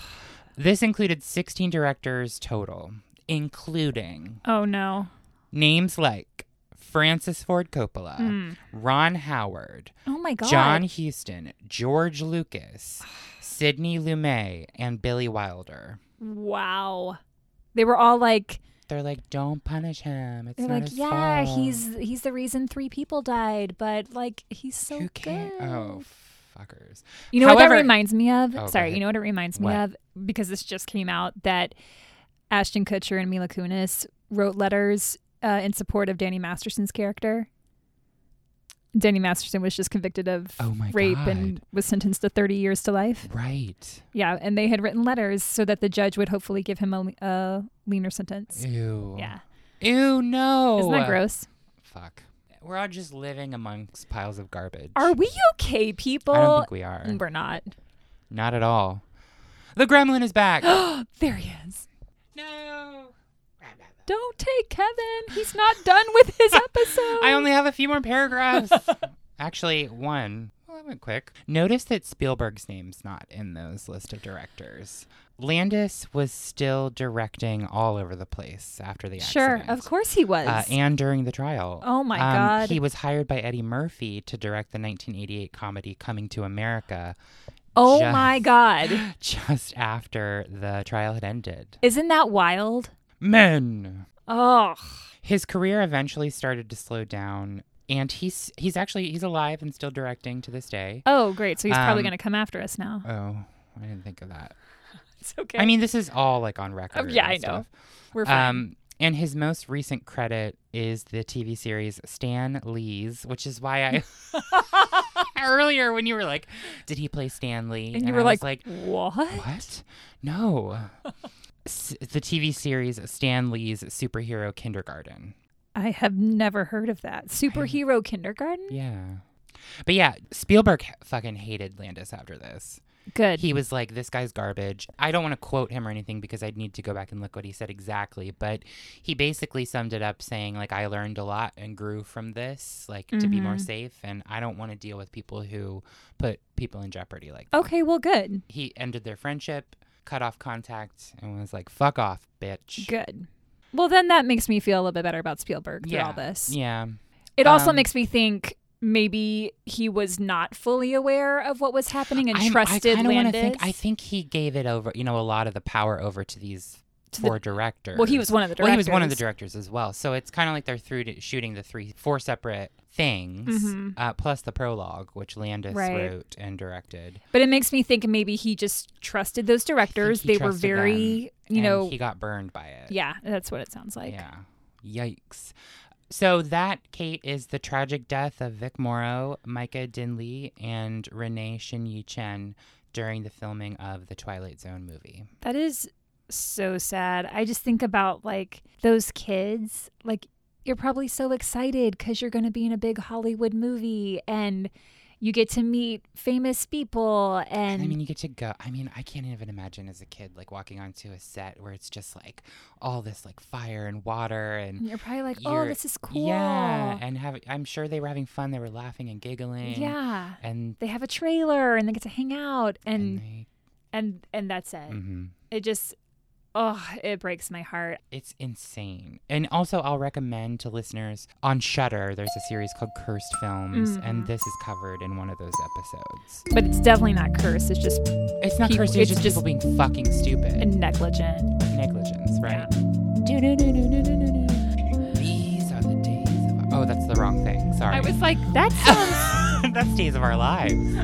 [SPEAKER 1] This included 16 directors total, including
[SPEAKER 2] oh no.
[SPEAKER 1] names like Francis Ford Coppola, Ron Howard,
[SPEAKER 2] Oh my Hmm. god.
[SPEAKER 1] John Huston, George Lucas, Sidney Lumet, and Billy Wilder.
[SPEAKER 2] Wow. They were all like
[SPEAKER 1] They're like, don't punish him. It's
[SPEAKER 2] they're
[SPEAKER 1] not
[SPEAKER 2] like,
[SPEAKER 1] his
[SPEAKER 2] yeah,
[SPEAKER 1] fault."
[SPEAKER 2] he's he's the reason three people died, but like he's so
[SPEAKER 1] Who
[SPEAKER 2] good.
[SPEAKER 1] can't? Oh, fuckers.
[SPEAKER 2] You know what that
[SPEAKER 1] However-
[SPEAKER 2] reminds me of?
[SPEAKER 1] Oh, go
[SPEAKER 2] Sorry,
[SPEAKER 1] ahead.
[SPEAKER 2] you know what it reminds
[SPEAKER 1] What?
[SPEAKER 2] me of? Because this just came out that Ashton Kutcher and Mila Kunis wrote letters uh, in support of Danny Masterson's character. Danny Masterson was just convicted of
[SPEAKER 1] Oh my
[SPEAKER 2] rape
[SPEAKER 1] God.
[SPEAKER 2] and was sentenced to 30 years to life.
[SPEAKER 1] Right.
[SPEAKER 2] Yeah, and they had written letters so that the judge would hopefully give him a, a leaner sentence.
[SPEAKER 1] Ew. Oh, uh,
[SPEAKER 2] Yeah.
[SPEAKER 1] Ew, no.
[SPEAKER 2] Isn't that gross?
[SPEAKER 1] Fuck. We're all just living amongst piles of garbage.
[SPEAKER 2] Are we okay, people?
[SPEAKER 1] I don't think we are.
[SPEAKER 2] We're not.
[SPEAKER 1] Not at all. The gremlin is back.
[SPEAKER 2] There he is.
[SPEAKER 1] no.
[SPEAKER 2] Don't take Kevin. He's not done with his episode.
[SPEAKER 1] I only have a few more paragraphs. Actually, one. Well, that went quick. Notice that Spielberg's name's not in those list of directors. Landis was still directing all over the place after the
[SPEAKER 2] Sure,
[SPEAKER 1] accident.
[SPEAKER 2] of course he was.
[SPEAKER 1] uh, and during the trial.
[SPEAKER 2] Oh my
[SPEAKER 1] Um,
[SPEAKER 2] God.
[SPEAKER 1] He was hired by Eddie Murphy to direct the 1988 comedy Coming to America
[SPEAKER 2] oh
[SPEAKER 1] just-
[SPEAKER 2] my God.
[SPEAKER 1] just after the trial had ended.
[SPEAKER 2] Isn't that wild?
[SPEAKER 1] Men.
[SPEAKER 2] Oh,
[SPEAKER 1] His career eventually started to slow down, and he's he's actually he's alive and still directing to this day.
[SPEAKER 2] oh, great. So he's probably
[SPEAKER 1] Um,
[SPEAKER 2] going to come after us now.
[SPEAKER 1] Oh, I didn't think of that.
[SPEAKER 2] It's okay.
[SPEAKER 1] I mean, this is all like on record.
[SPEAKER 2] Oh, yeah,
[SPEAKER 1] and
[SPEAKER 2] I know.
[SPEAKER 1] stuff.
[SPEAKER 2] we're fine.
[SPEAKER 1] Um, and his most recent credit is the TV series Stan Lee's, which is why I earlier when you were like, "Did he play Stan Lee?"
[SPEAKER 2] and you
[SPEAKER 1] I
[SPEAKER 2] were
[SPEAKER 1] was
[SPEAKER 2] like, what?
[SPEAKER 1] "What? No." S- the TV series Stan Lee's Superhero Kindergarten.
[SPEAKER 2] I have never heard of that. Superhero kindergarten?
[SPEAKER 1] Yeah. But yeah, Spielberg h- fucking hated Landis after this.
[SPEAKER 2] Good.
[SPEAKER 1] He was like, this guy's garbage. I don't want to quote him or anything because I'd need to go back and look what he said exactly. But he basically summed it up saying, like, I learned a lot and grew from this, like, to be more
[SPEAKER 2] Mhm.
[SPEAKER 1] safe. And I don't want to deal with people who put people in jeopardy like that.
[SPEAKER 2] okay, well, good.
[SPEAKER 1] He ended their friendship, cut off contact, and was like, fuck off, bitch.
[SPEAKER 2] Good. Well, then that makes me feel a little bit better about Spielberg through
[SPEAKER 1] Yeah.
[SPEAKER 2] all this.
[SPEAKER 1] Yeah.
[SPEAKER 2] It also
[SPEAKER 1] Um,
[SPEAKER 2] makes me think maybe he was not fully aware of what was happening and
[SPEAKER 1] I'm-
[SPEAKER 2] trusted
[SPEAKER 1] kinda wanna
[SPEAKER 2] Landis.
[SPEAKER 1] think, I think he gave it over, you know, a lot of the power over to these
[SPEAKER 2] To the-
[SPEAKER 1] four directors.
[SPEAKER 2] well, he was one of the directors.
[SPEAKER 1] Well, he was one of the directors as well. So it's kind of like they're through to shooting the three, four separate things,
[SPEAKER 2] Mhm.
[SPEAKER 1] uh, plus the prologue, which Landis
[SPEAKER 2] Right.
[SPEAKER 1] wrote and directed.
[SPEAKER 2] But it makes me think maybe he just trusted those directors.
[SPEAKER 1] he
[SPEAKER 2] They were
[SPEAKER 1] trusted them,
[SPEAKER 2] very, you
[SPEAKER 1] and
[SPEAKER 2] know,
[SPEAKER 1] he got burned by it.
[SPEAKER 2] yeah, that's what it sounds like.
[SPEAKER 1] yeah. Yikes. So that Kate is the tragic death of Vic Morrow, Micah Dinley, and Renee Shinyi Chen during the filming of the Twilight Zone movie.
[SPEAKER 2] That is so sad. I just think about like those kids, like you're probably so excited cuz you're going to be in a big Hollywood movie and you get to meet famous people and
[SPEAKER 1] And I mean, you get to go. I mean, I can't even imagine as a kid like walking onto a set where it's just like all this like fire and water and
[SPEAKER 2] you're probably like, "Oh,
[SPEAKER 1] you're-
[SPEAKER 2] this is cool."
[SPEAKER 1] yeah, and have I'm sure they were having fun. They were laughing and giggling.
[SPEAKER 2] Yeah.
[SPEAKER 1] and
[SPEAKER 2] They have a trailer and they get to hang out
[SPEAKER 1] and,
[SPEAKER 2] and and and that's it.
[SPEAKER 1] they, hmm
[SPEAKER 2] It just oh, it breaks my heart.
[SPEAKER 1] it's insane. And also, I'll recommend to listeners on Shutter. There's a series called Cursed Films,
[SPEAKER 2] Mm-hmm.
[SPEAKER 1] and this is covered in one of those episodes.
[SPEAKER 2] But it's definitely not cursed. It's just
[SPEAKER 1] It's not
[SPEAKER 2] Pe-
[SPEAKER 1] cursed. It's,
[SPEAKER 2] it's
[SPEAKER 1] just, people being fucking stupid.
[SPEAKER 2] negligent.
[SPEAKER 1] negligence, right?
[SPEAKER 2] Yeah.
[SPEAKER 1] These are the days of. Our- oh, that's the wrong thing. Sorry.
[SPEAKER 2] I was like, that sounds
[SPEAKER 1] that's days of our lives.